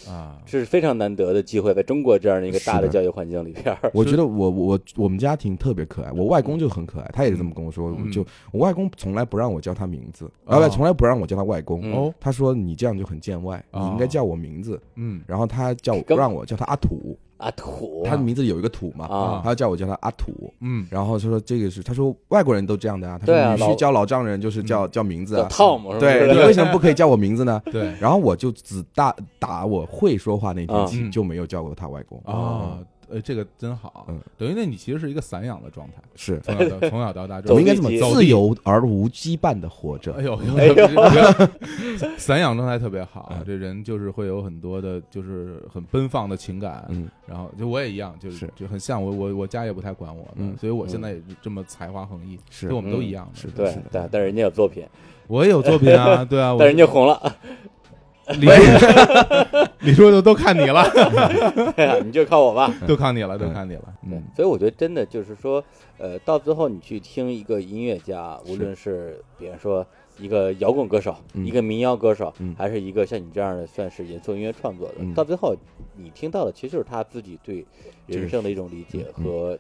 啊，这是非常难得的机会，在中国这样的一个大的是的教育环境里边儿，我觉得我我我我们家庭特别可爱，我外公就很可爱，他也是这么跟我说，嗯我就我外公从来不让我叫他名字，哦啊不，从来不让我叫他外公，嗯哦，他说你这样就很见外，你应该哦叫我名字，嗯然后他叫我根本让我叫他阿土，啊土他的名字有一个土嘛，啊，他叫我叫他阿土。嗯然后他说这个是，他说外国人都这样的啊，他说对啊女老嗯婿叫老丈人就是叫叫名字叫啊， Tom 是吧？对 <laughs> 是你吧为什么不可以叫我名字呢？ <laughs> 对啊然后我就只打打我会说话那啊天起嗯就没有叫过他外公啊，呃，这个真好哦嗯， <laughs> 等于那你其实是一个散养的状态，是从 <laughs> 小到从小到大，走我们应该地这么基自由而无羁绊的活着哎。呦，哎 <laughs> 呦，不 <laughs> 要散养状态特别好，嗯这人就是会有很多的，就是很奔放的情感。嗯然后就我也一样，就是是就很像我我我家也不太管我的，嗯所以我现在也这么才华横溢，是所嗯以我们都一样的。是的对，但但人家有作品，我也有作 <laughs> 品啊，对啊，我但人家红了，李叔，李叔都都看你了，哎呀 <laughs> 你就靠我吧。都看你了，都看你了。对嗯，，所以我觉得真的就是说，呃，到最后你去听一个音乐家，无论是比方说一个摇滚歌手、嗯一个民谣歌手，嗯还是一个像你这样的算是也做音乐创作的，嗯到最后你听到的其实就是他自己对人生的一种理解嗯和，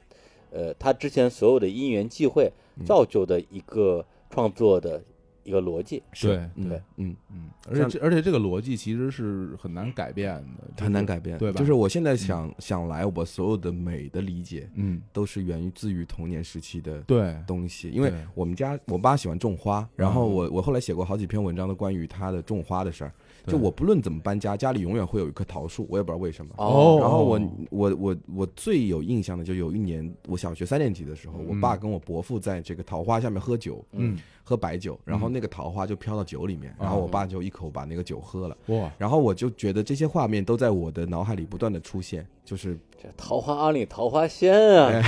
呃，他之前所有的因缘际会嗯造就的一个创作的一个逻辑。是对嗯对，嗯，嗯，而且这而且这个逻辑其实是很难改变的，就是很难。改变，对吧就是我现在想想来，我所有的美的理解嗯，都是源于自于童年时期的对，东西，因为对我们家我爸喜欢种嗯花，然后我我后来写过好几篇文章都关于他的种花的事儿。对就我不论怎么搬家，家里永远会有一棵桃树，我也不知道为什么。哦然后我我我我最有印象的就有一年我小学三年级的时候，我爸跟我伯父在这个桃花下面喝酒，嗯，哦喝白酒，然后那个桃花就飘到酒里面，然后我爸就一口把那个酒喝了。嗯哇，然后我就觉得这些画面都在我的脑海里不断的出现，就是这桃花里桃花仙哎啊，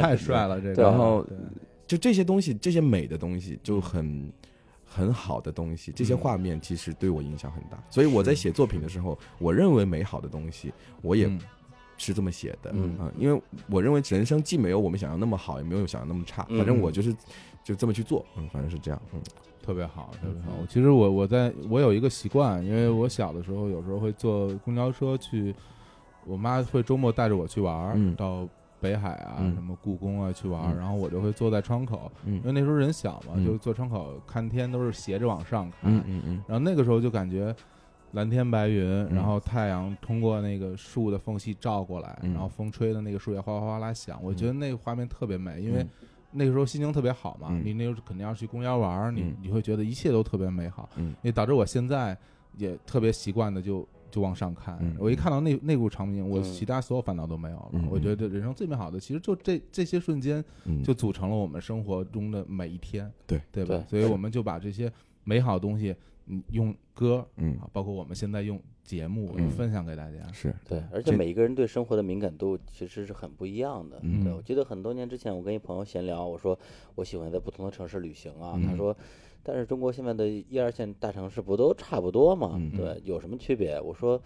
太帅了这个。对然后对嗯就这些东西，这些美的东西就很很好的东西，这些画面其实对我影响很大。所以我在写作品的时候，我认为美好的东西，我也嗯是这么写的，嗯啊，因为我认为人生既没有我们想要那么好，也没有想要那么差，嗯反正我就是就这么去做，嗯，反正是这样，嗯，特别好，特别好。其实我我在我有一个习惯，因为我小的时候有时候会坐公交车去，我妈会周末带着我去玩儿，嗯到北海啊、嗯什么故宫啊去玩儿，嗯然后我就会坐在窗口，嗯因为那时候人小嘛，嗯就坐窗口看天都是斜着往上看，嗯嗯嗯然后那个时候就感觉蓝天白云，然后太阳通过那个树的缝隙照过来，嗯然后风吹的那个树叶哗哗哗啦响，我觉得那个画面特别美，因为嗯那个时候心情特别好嘛，嗯你那时候肯定要去公园玩儿，你嗯你会觉得一切都特别美好，嗯也导致我现在也特别习惯的就。就往上看，嗯我一看到那那股场景，我嗯其他所有烦恼都没有了。嗯我觉得人生最美好的，其实就这这些瞬间，嗯，就组成了我们生活中的每一天，对对吧？对所以我们就把这些美好的东西，嗯，用歌嗯啊，包括我们现在用节目嗯分享给大家。是对，而且这每一个人对生活的敏感度其实是很不一样的。嗯对，我记得很多年之前，我跟一朋友闲聊，我说我喜欢在不同的城市旅行啊，他说，但是中国现在的一二线大城市不都差不多嘛？嗯对，有什么区别？我说，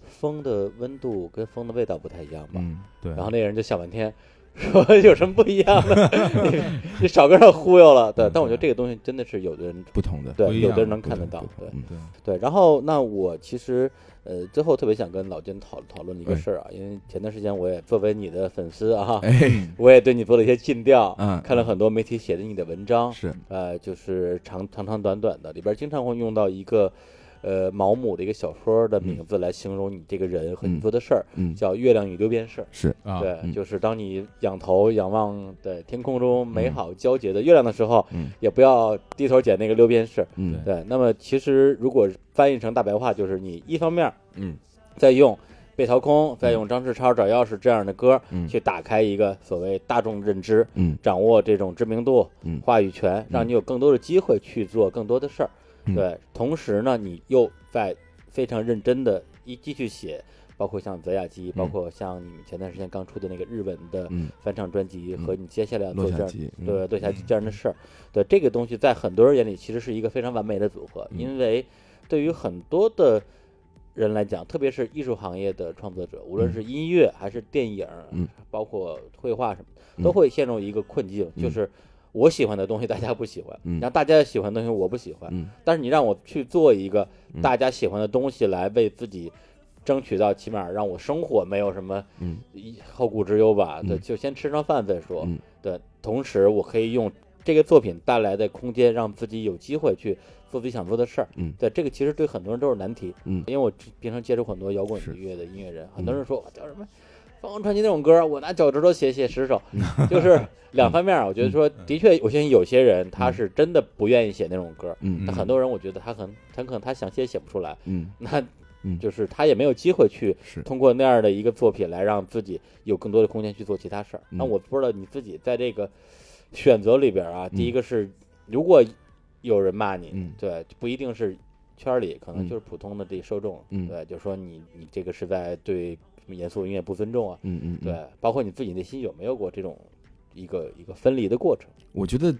风的温度跟风的味道不太一样吧？嗯对，然后那人就笑半天，说 <laughs> 有什么不一样的？ <laughs> 你你少跟他忽悠了。对，但我觉得这个东西真的是有的人不同的，不对，一有样的人能不看得同到不，对同。嗯对，对，然后那我其实呃，最后特别想跟老金讨讨论一个哎事儿啊，因为前段时间我也作为你的粉丝啊，哎，我也对你做了一些尽调，嗯看了很多媒体写的你的文章，是，呃，就是长长长短短的，里边儿经常会用到一个呃毛姆的一个小说的名字来形容你这个人和你嗯做的事儿，嗯，叫《月亮与六便士》。是，啊，对，嗯就是当你仰头仰望对天空中美好皎洁的月亮的时候，嗯也不要低头捡那个六便士。嗯对，那么其实如果翻译成大白话，就是你一方面嗯在用被掏空，在用张志超找钥匙这样的歌、嗯去打开一个所谓大众认知，嗯掌握这种知名度、嗯话语权，让你有更多的机会去做更多的事儿。嗯对，同时呢，你又在非常认真的一继续写，包括像泽雅基，包括像你们前段时间刚出的那个日文的嗯，翻唱专辑，嗯和你接下来要做洛这杉样。矶，嗯，对，落下这样的事儿，对这个东西，在很多人眼里其实是一个非常完美的组合，嗯因为对于很多的人来讲，特别是艺术行业的创作者，无论嗯是音乐还是电影，嗯包括绘画什么的，嗯都会陷入一个困境，嗯就是我喜欢的东西大家不喜欢，嗯然后大家喜欢的东西我不喜欢，嗯但是你让我去做一个嗯大家喜欢的东西来为自己争取到，起码让我生活没有什么嗯一后顾之忧吧。嗯对，就先吃上饭再说。嗯对，同时我可以用这个作品带来的空间，让自己有机会去做自己想做的事儿。嗯对，这个其实对很多人都是难题。嗯因为我平常接触很多摇滚是音乐的音乐人，很多人说我哦叫什么。凤凰传奇那种歌，我拿脚趾头写写十 <laughs> 首，就是两方面儿。我觉得嗯说，的确，我相信有些人他是真的不愿意写那种歌，嗯那很多人我觉得他很很可能他想写也写不出来，嗯，那 <laughs> 嗯就是他也没有机会去是，通过那样的一个作品来让自己有更多的空间去做其他事儿。嗯那我不知道你自己在这个选择里边啊，嗯第一个是如果有人骂你，嗯对，不一定是圈里，可能嗯就是普通的这受众，嗯对，就说你你这个是在对什么严肃音乐不尊重啊，嗯嗯，嗯对，，包括你自己内心有没有过这种一个一个分离的过程？我觉得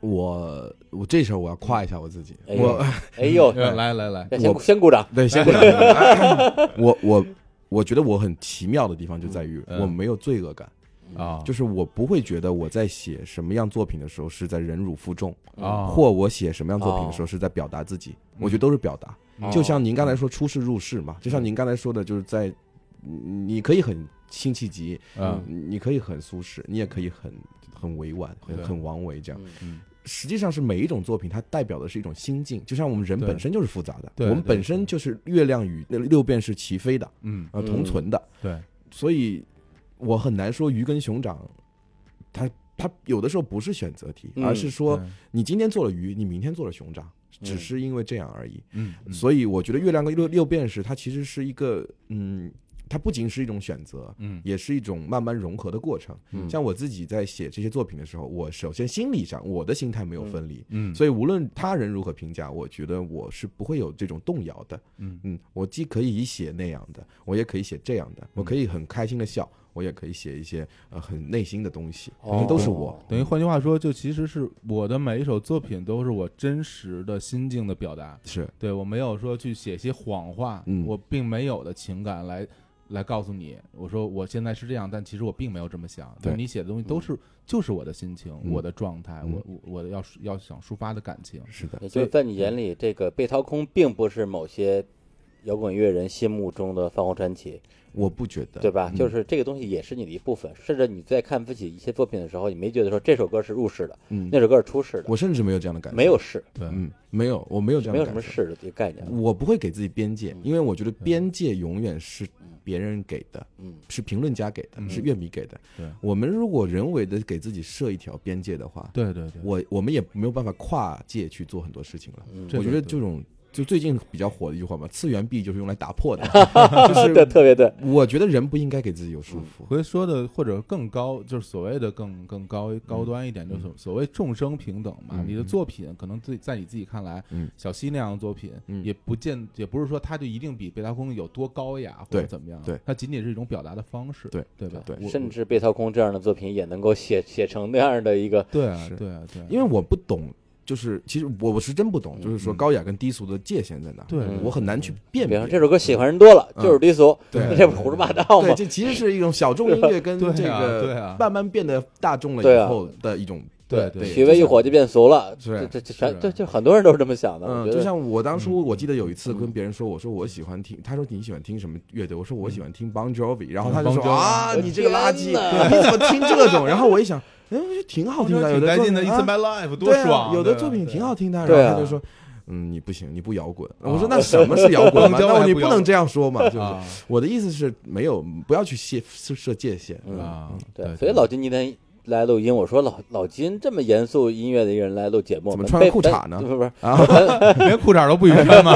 我我这时候我要夸一下我自己，哎呦我， <laughs> 哎 <laughs> 呦，嗯来呃来来来，先呃我先鼓掌。对，<laughs> 先不讲，我我我觉得我很奇妙的地方就在于嗯我没有罪恶感，嗯啊，就是我不会觉得我在写什么样作品的时候是在忍辱负重，啊，或我写什么样作品的时候是在表达自己，我觉得都是表达。嗯就像您刚才说出世入世嘛，就像您刚才说的，就是在嗯你可以很辛弃疾，嗯你可以很苏轼，你也可以很很委婉，很对很王维这样。嗯实际上是每一种作品，它代表的是一种心境，就像我们人对本身就是复杂的，对我们对本身就是月亮与六便是齐飞的，嗯，呃，嗯同存的，对，所以我很难说鱼跟熊掌，它它有的时候不是选择题，嗯而是说对你今天做了鱼，你明天做了熊掌，只嗯是因为这样而已。嗯，嗯所以我觉得月亮跟六六便士，它其实是一个，嗯，它不仅是一种选择，嗯也是一种慢慢融合的过程。嗯像我自己在写这些作品的时候，我首先心理上我的心态没有分离，嗯，所以无论他人如何评价，我觉得我是不会有这种动摇的。嗯嗯，我既可以写那样的，我也可以写这样的，我可以很开心的笑，我也可以写一些呃很内心的东西，哦反正都是我。等于换句话说，就其实是我的每一首作品都是我真实的心境的表达，是对我没有说去写些谎话，嗯我并没有的情感来来告诉你，我说我现在是这样，但其实我并没有这么想。对那你写的东西都是、就是我的心情、嗯我的状态，嗯我我我的要要想抒发的感情。是的，也就是在你嗯眼里，这个被掏空并不是某些摇滚乐人心目中的泛红传奇，我不觉得，对吧？就是是这个东西也是你的一部分，甚至你在看自己一些作品的时候，你没觉得说这首歌是入世的，嗯那，首歌是出世的，我甚至没有这样的感觉，没有，世，对，嗯，没有，我没有这样没的有什么。感觉嗯嗯世的这个概念。我不会给自己边界，因为我觉得边界永远是别人给的，嗯，是评论家给的，是乐迷给的。对我们如果人为的给自己设一条边界的话，对对对，我我们也没有办法跨界去做很多事情了。这我觉个得嗯对这种就最近比较火的一句话嘛，次元壁就是用来打 <laughs> 破的，就是对，特别对，我觉得人不应该给自己有束缚。回说的或者更高，就是所谓的更更高高端一点，嗯就是所所谓众生平等嘛。你的作品可能对在你自己看来，嗯小溪那样的作品，嗯也不见也不是说它就一定比贝塔空有多高雅或对者怎么样，对它仅仅是一种表达的方式，对对吧？对我甚至被掏空这样的作品也能够写写成那样的一个，对啊是对啊对啊，因为我不懂，就是其实我我是真不懂，就是说高雅跟低俗的界限在哪？嗯对嗯我很难去辨比别方说这首歌喜欢人多了，就是低俗，嗯对那这不是胡说八道对，吗？这其实是一种小众音乐跟对啊这对个啊慢慢变得大众了对以啊后的一种对对曲微一火就变俗了，是这这这是全对，就很多人都是这么想的。我嗯，觉就得像我当初，我记得有一次跟别人说，我说我喜欢听，他说你喜欢听什么乐队？我说我喜欢听 Bon Jovi，然后他就 Bon 说 Jovi 啊，我你这个垃圾，天哪你怎么听这种？然后我一想，哎，我觉得挺好听的，有挺的带作劲品的，《It's 啊 My Life》多对啊爽，有的对啊作品对啊挺好听的。对然啊后他就说，嗯，你不行，你不摇滚。我说那什么是摇滚嘛？ Bon Jovi 那还你不不摇能滚这样说嘛？就是啊我的意思是没有，不要去设设设界限。啊，对，所以老金今天来录音，我说老老金这么严肃音乐的一个人来录节目，怎么我们穿个背裤衩 <laughs> 呢不是不是，连裤衩都不允许吗？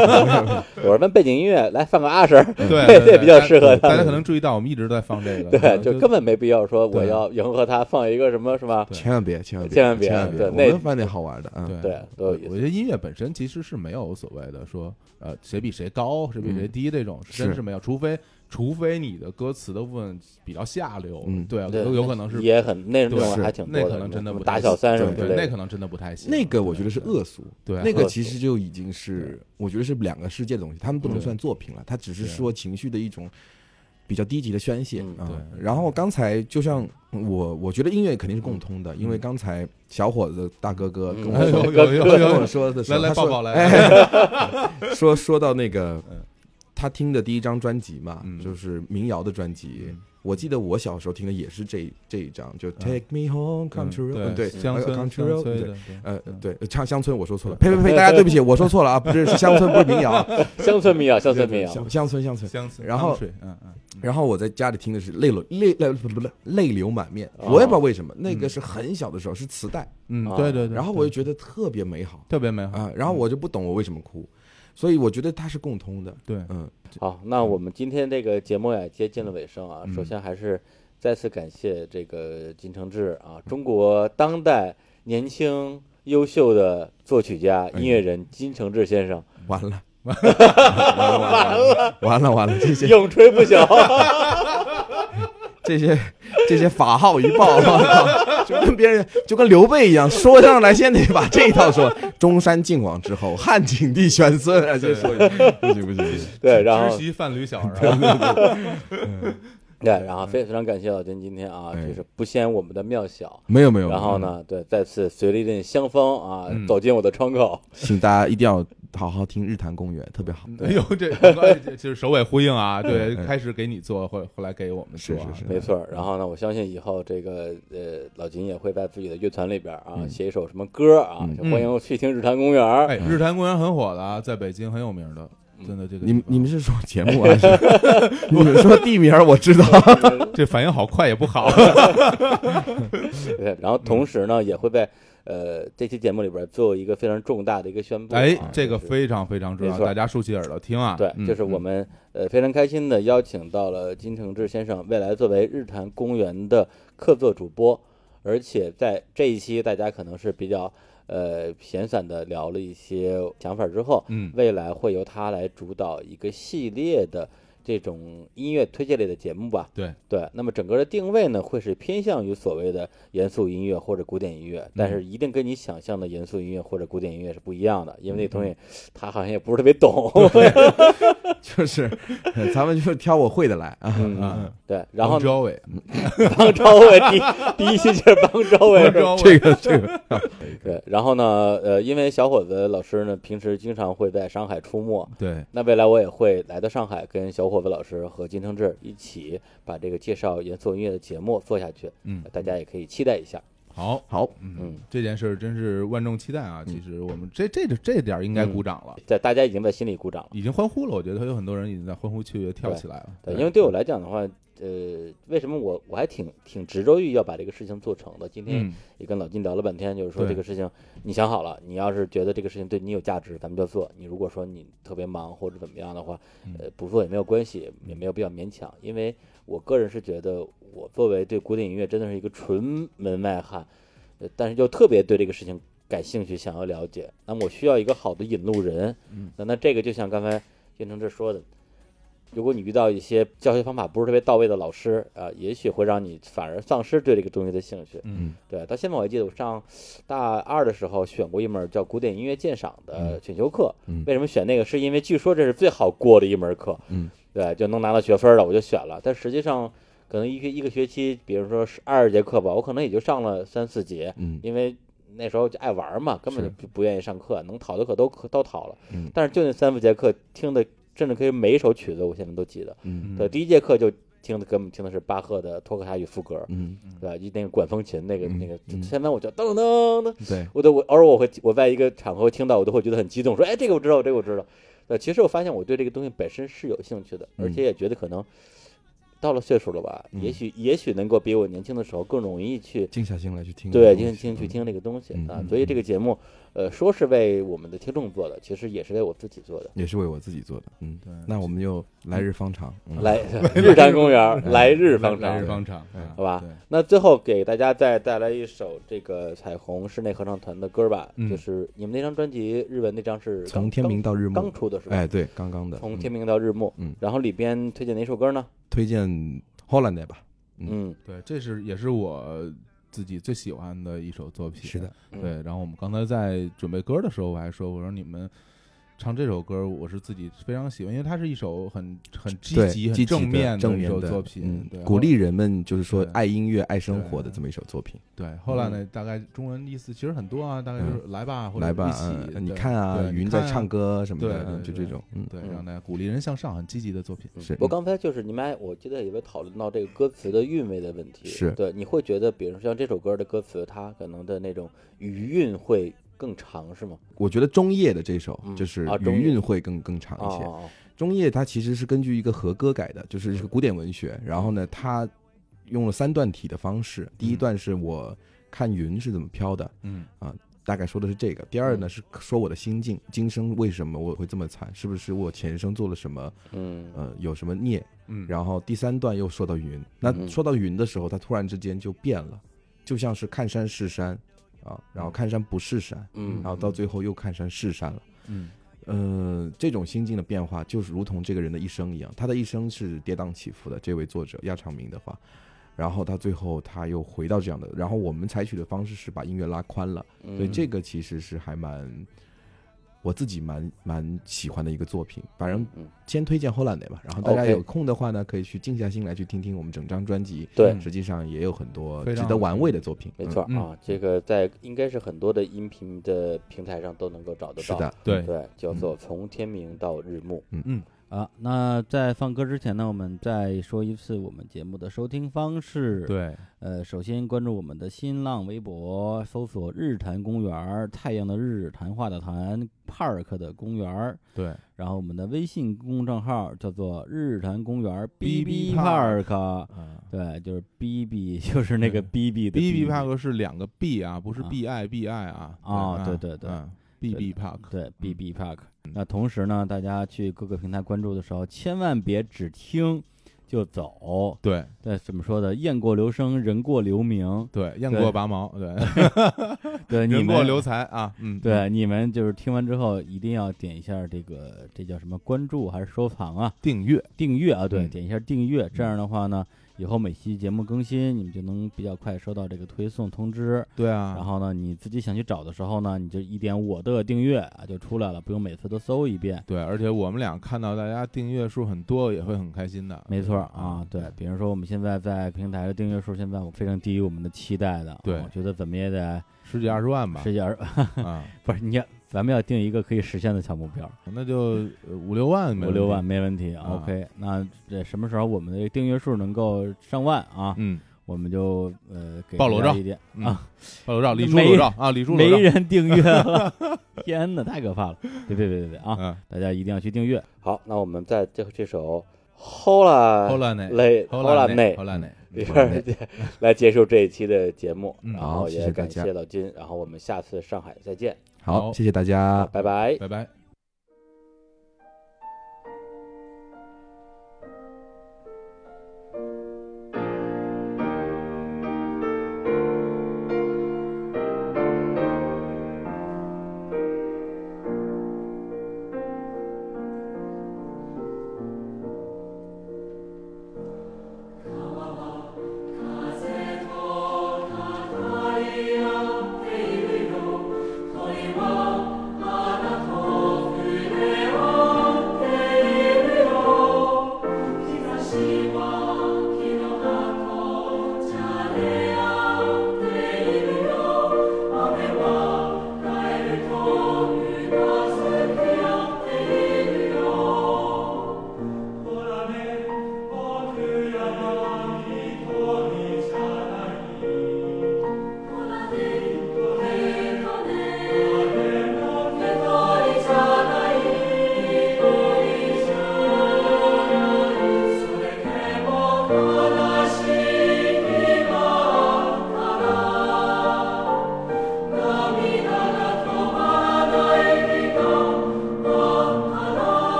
我说问背景音乐来放个阿婶儿，对这对这比较大适合大他家。可能注意到我们一直在放这个，对，就根本没必要说我对要迎合他放一个什么是吧？千万别，千万别，千万别对我那们犯点好玩的啊。对对都有我意思我觉得音乐本身其实是没有所谓的说，呃，谁比谁高，谁比谁嗯低这种，真是是没有，除非除非你的歌词的部分比较下流，嗯对啊，对有有可能是，也很那种对还挺多那的，可能真的什么不打太小三什么对之那类可的。能真的不太行。那个我觉得是恶俗，对那个恶其俗实就已经是，我觉得是两个世界的东西，他们不能对算作品了，它只是对说情绪的一种比较低级的宣泄嗯啊对。嗯然后刚才就像我，我觉得音乐肯定是共通的，因为刚才小伙子大哥哥跟我 <laughs> <laughs> 哎说呦呦呦跟我呦，说的时来候，来他说抱抱来，哎说说到那个他听的第一张专辑嘛嗯，就是民谣的专辑嗯。我记得我小时候听的也是这这一张，就 Take Me Home, <laughs> Come to Road，嗯对，乡呃村乡 Come to 村 Road，的对，呃，对，唱乡村我说错了，对呸呸呸，大家对不起，我说错了啊，不是是乡村，不是民谣啊，乡村民谣，乡村民对谣，乡乡村乡村。乡村，然后 country，嗯嗯，然后我在家里听的是泪流泪泪不不不泪流满面，哦我也不知道为什么，那个是很小的时候是磁带，嗯啊对对对，然后我就对嗯觉得特别美好特别美好，啊，然后我就不懂我为什么哭，所以我觉得它是共通的，对，嗯，好，那我们今天这个节目也接近了尾声啊。嗯首先还是再次感谢这个金承志啊，中国当代年轻优秀的作曲哎家、音乐人金承志先生，完了。完了完了，这些永垂不 <laughs> 朽。这些这些法号一报， <laughs> 我靠就跟别人就跟刘备一样，说上来先得把这一套说。中山靖王之后，汉景帝玄孙，哎，这说一句不行不行不行，对，然后知席范吕小 <laughs> 儿啊，对，然嗯后非非常感谢老金今天啊，哎就是不嫌我们的庙小。没有没有。然后呢，对，再次随了一阵香风啊，嗯走进我的窗口。请大家一定要好好听日坛公园，特别好。哎呦，这广告这就是首尾呼应啊！ <laughs> 对，嗯开始给你做，后后来给我们做啊，是是是没错儿，然后呢，我相信以后这个呃，老金也会在自己的乐团里边儿啊，写一首什么歌儿啊，就欢迎去听《日坛公园》。嗯哎，嗯日坛公园很火的啊，在北京很有名的，嗯真的这个你们地方你们是说节目还是 <laughs> 你们说地名？我知道。 <laughs> 这反应好快也不好， <laughs> 对，然后嗯同时呢，也会在呃这期节目里边儿做一个非常重大的一个宣布啊。哎就，这个是非常非常重要，没错大家竖起耳朵听啊。对，嗯就是我们呃非常开心的邀请到了金承志先生，未来作为日坛公园的客座主播，而且在这一期大家可能是比较呃闲散的聊了一些想法之后，嗯未来会由他来主导一个系列的这种音乐推荐类的节目吧。对对，那么整个的定位呢，会是偏向于所谓的严肃音乐或者古典音乐，但是一定跟你想象的严肃音乐或者古典音乐是不一样的，因为那东西他好像也不是特别 <laughs> 懂。嗯就是呃咱们就是挑我会的来啊。嗯，对。然后王朝伟，邦昭伟第第一期就是邦昭伟，王朝伟这个这个，对。然后呢，呃，因为小伙子老师呢，平时经常会在上海出没，对，那未来我也会来到上海，跟小伙子老师和金承志一起把这个介绍严肃音乐的节目做下去，嗯，大家也可以期待一下。好，好，嗯嗯，这件事儿真是万众期待啊！其实我们这这这这点儿应该嗯鼓掌了，在大家已经在心里鼓掌了，已经欢呼了。我觉得有很多人已经在欢呼雀跃跳起来了。对，因为对我来讲的话，呃，为什么我我还挺挺执着于要把这个事情做成的？今天嗯，也跟老金聊了半天，就是说对这个事情你想好了，你要是觉得这个事情对你有价值，咱们就做；你如果说你特别忙或者怎么样的话，呃，不做也没有关系，也没有必要勉强。因为我个人是觉得，我作为对古典音乐真的是一个纯门外汉，呃，但是又特别对这个事情感兴趣，想要了解。那么我需要一个好的引路人。那那这个就像刚才金承志说的，如果你遇到一些教学方法不是特别到位的老师啊、也许会让你反而丧失对这个东西的兴趣。嗯，对，到现在我还记得，我上大二的时候选过一门叫古典音乐鉴赏的选修课。嗯为什么选那个？是因为据说这是最好过的一门课。嗯，对，就能拿到学分了，我就选了。但实际上，可能一学一个学期，比如说是二十节课吧，我可能也就上了三四节，嗯因为那时候就爱玩嘛，根本就不不愿意上课，能逃的课都都逃了。嗯但是就那三四节课听的，甚至可以每一首曲子我现在都记得。嗯对，第一节课就听的，根本听的是巴赫的托克塔与赋格。嗯，对吧？一那个管风琴那个那个，嗯现在我就噔噔噔，对，我都我偶尔我会我在一个场合听到，我都会觉得很激动，说哎这个我知道，这个我知道。对，其实我发现我对这个东西本身是有兴趣的，而且也觉得可能到了岁数了吧，嗯也许也许能够比我年轻的时候更容易去静下心来去听这对个东西。听听去听这个东西嗯啊。所以这个节目，呃，说是为我们的听众做的，其实也是为我自己做的。也是为我自己做的。嗯，对那我们就来日方长。嗯 <laughs> 来日坛公园，来日方来长日。方长，啊嗯好吧对？那最后给大家再带来一首这个彩虹室内合唱团的歌吧，嗯就是你们那张专辑日文那张是刚从天明到日刚刚暮。出的是吧？哎，对，刚刚的。从嗯天明到日暮，嗯然后里边推荐哪首歌呢？推荐 Holland 吧。嗯，对，这是也是我自己最喜欢的一首作品。是的，嗯对。然后我们刚才在准备歌的时候，我还说，我说你们唱这首歌，我是自己非常喜欢，因为它是一首很很积对，极、很积极正面的正一面首的作品嗯，对鼓励。人们就是说对爱音乐、爱生活的对这么一首作品。对，后来呢，大概中文意思其实很多啊，大概就是来吧，或者嗯来吧一，起，嗯你对看啊，对云你在看啊唱歌什么的，对嗯对就对这种。嗯，对，嗯让大家鼓励人向上，很积极的作品。是我刚才就是你们还，我记得也讨论到这个歌词的韵味的问题，是对，你会觉得，比如说像这首歌的歌词，它可能的那种余韵会更长，是吗？我觉得中叶的这首嗯就是啊中叶余韵会更更长一些。哦，中叶它其实是根据一个和歌改的，就是嗯是古典文学。然后呢，它用了三段体的方式，第一段是我看云是怎么飘的，嗯大概说的是这个；第二嗯呢是说我的心境，今生为什么我会这么惨，是不是我前生做了什么，嗯呃，有什么孽？嗯，然后第三段又说到云，那嗯说到云的时候，它突然之间就变了，就像是看山是山啊，然后看山不是山，嗯然后到最后又看山是山了。嗯呃，这种心境的变化，就是如同这个人的一生一样，他的一生是跌宕起伏的。这位作者亚长明的话，然后他最后他又回到这样的，然后我们采取的方式是把音乐拉宽了，嗯，所以这个其实是还蛮我自己蛮蛮喜欢的一个作品。反正嗯先推荐《后兰的吧，然后大家 OK 有空的话呢，可以去静下心来去听听我们整张专辑，对，实际上也有很多非值常得好玩听味的作品。没嗯错嗯啊，这个在应该是很多的音频的平台上都能够找得嗯是到。的，对，对，叫做从天明到日暮。嗯啊，那在放歌之前呢，我们再说一次我们节目的收听方式。，对，呃，首先关注我们的新浪微博，搜索“日坛公园儿”，太阳的日，谈话的谈，park 的公园儿。对，然后我们的微信公众号叫做“日坛公园儿 BB BB Park Park”，嗯啊对，就是 BB，就是 <laughs> 那个嗯 BB 的，B B BB Park 是两个 B 啊，不是啊 B I B I 啊。哦嗯啊对对对，B 对 B Park，对，BB Park。那同时呢，大家去各个平台关注的时候，千万别只听。就走。对对，怎么说的？雁过留声，人过留名。对，雁对过拔毛， <laughs> 对，对，你人过们留才啊，嗯，对你们就是听完之后一定要点一下这个，这叫什么？关注还是收藏啊？订阅，订阅啊，对，嗯点一下订阅，这样的话呢，以后每期节目更新，你们就能比较快收到这个推送通知。对啊，然后呢，你自己想去找的时候呢，你就一点我的订阅啊，就出来了，不用每次都搜一遍。对，而且我们俩看到大家订阅数很多，也会很开心的，嗯没错儿啊，对，比如说我们现在在平台的订阅数，现在我非常低于我们的期待的，对我觉得怎么也得十几二十万吧，十几 <laughs> 二，啊，不是你要，咱们要定一个可以实现的小目标，那就呃五六万，五六万，没问题。啊 OK，那这什么时候我们的订阅数能够上万啊？嗯，我们就呃给暴露大家照一点嗯啊，暴露照，李叔没裸照啊，李叔没裸照，人订阅了， <laughs> 天哪，太可怕了！别别别别别啊！嗯大家一定要去订阅。好，那我们在最后这首《Hola ，Hola 呢嘞 Hola ，Hola 呢内，Hola 呢，里边儿来结束这一期的节目，嗯然好后谢也谢大感家谢老金，然后我们下次上海再见，啊好，好谢谢大家。拜拜。拜拜。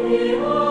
Thank you.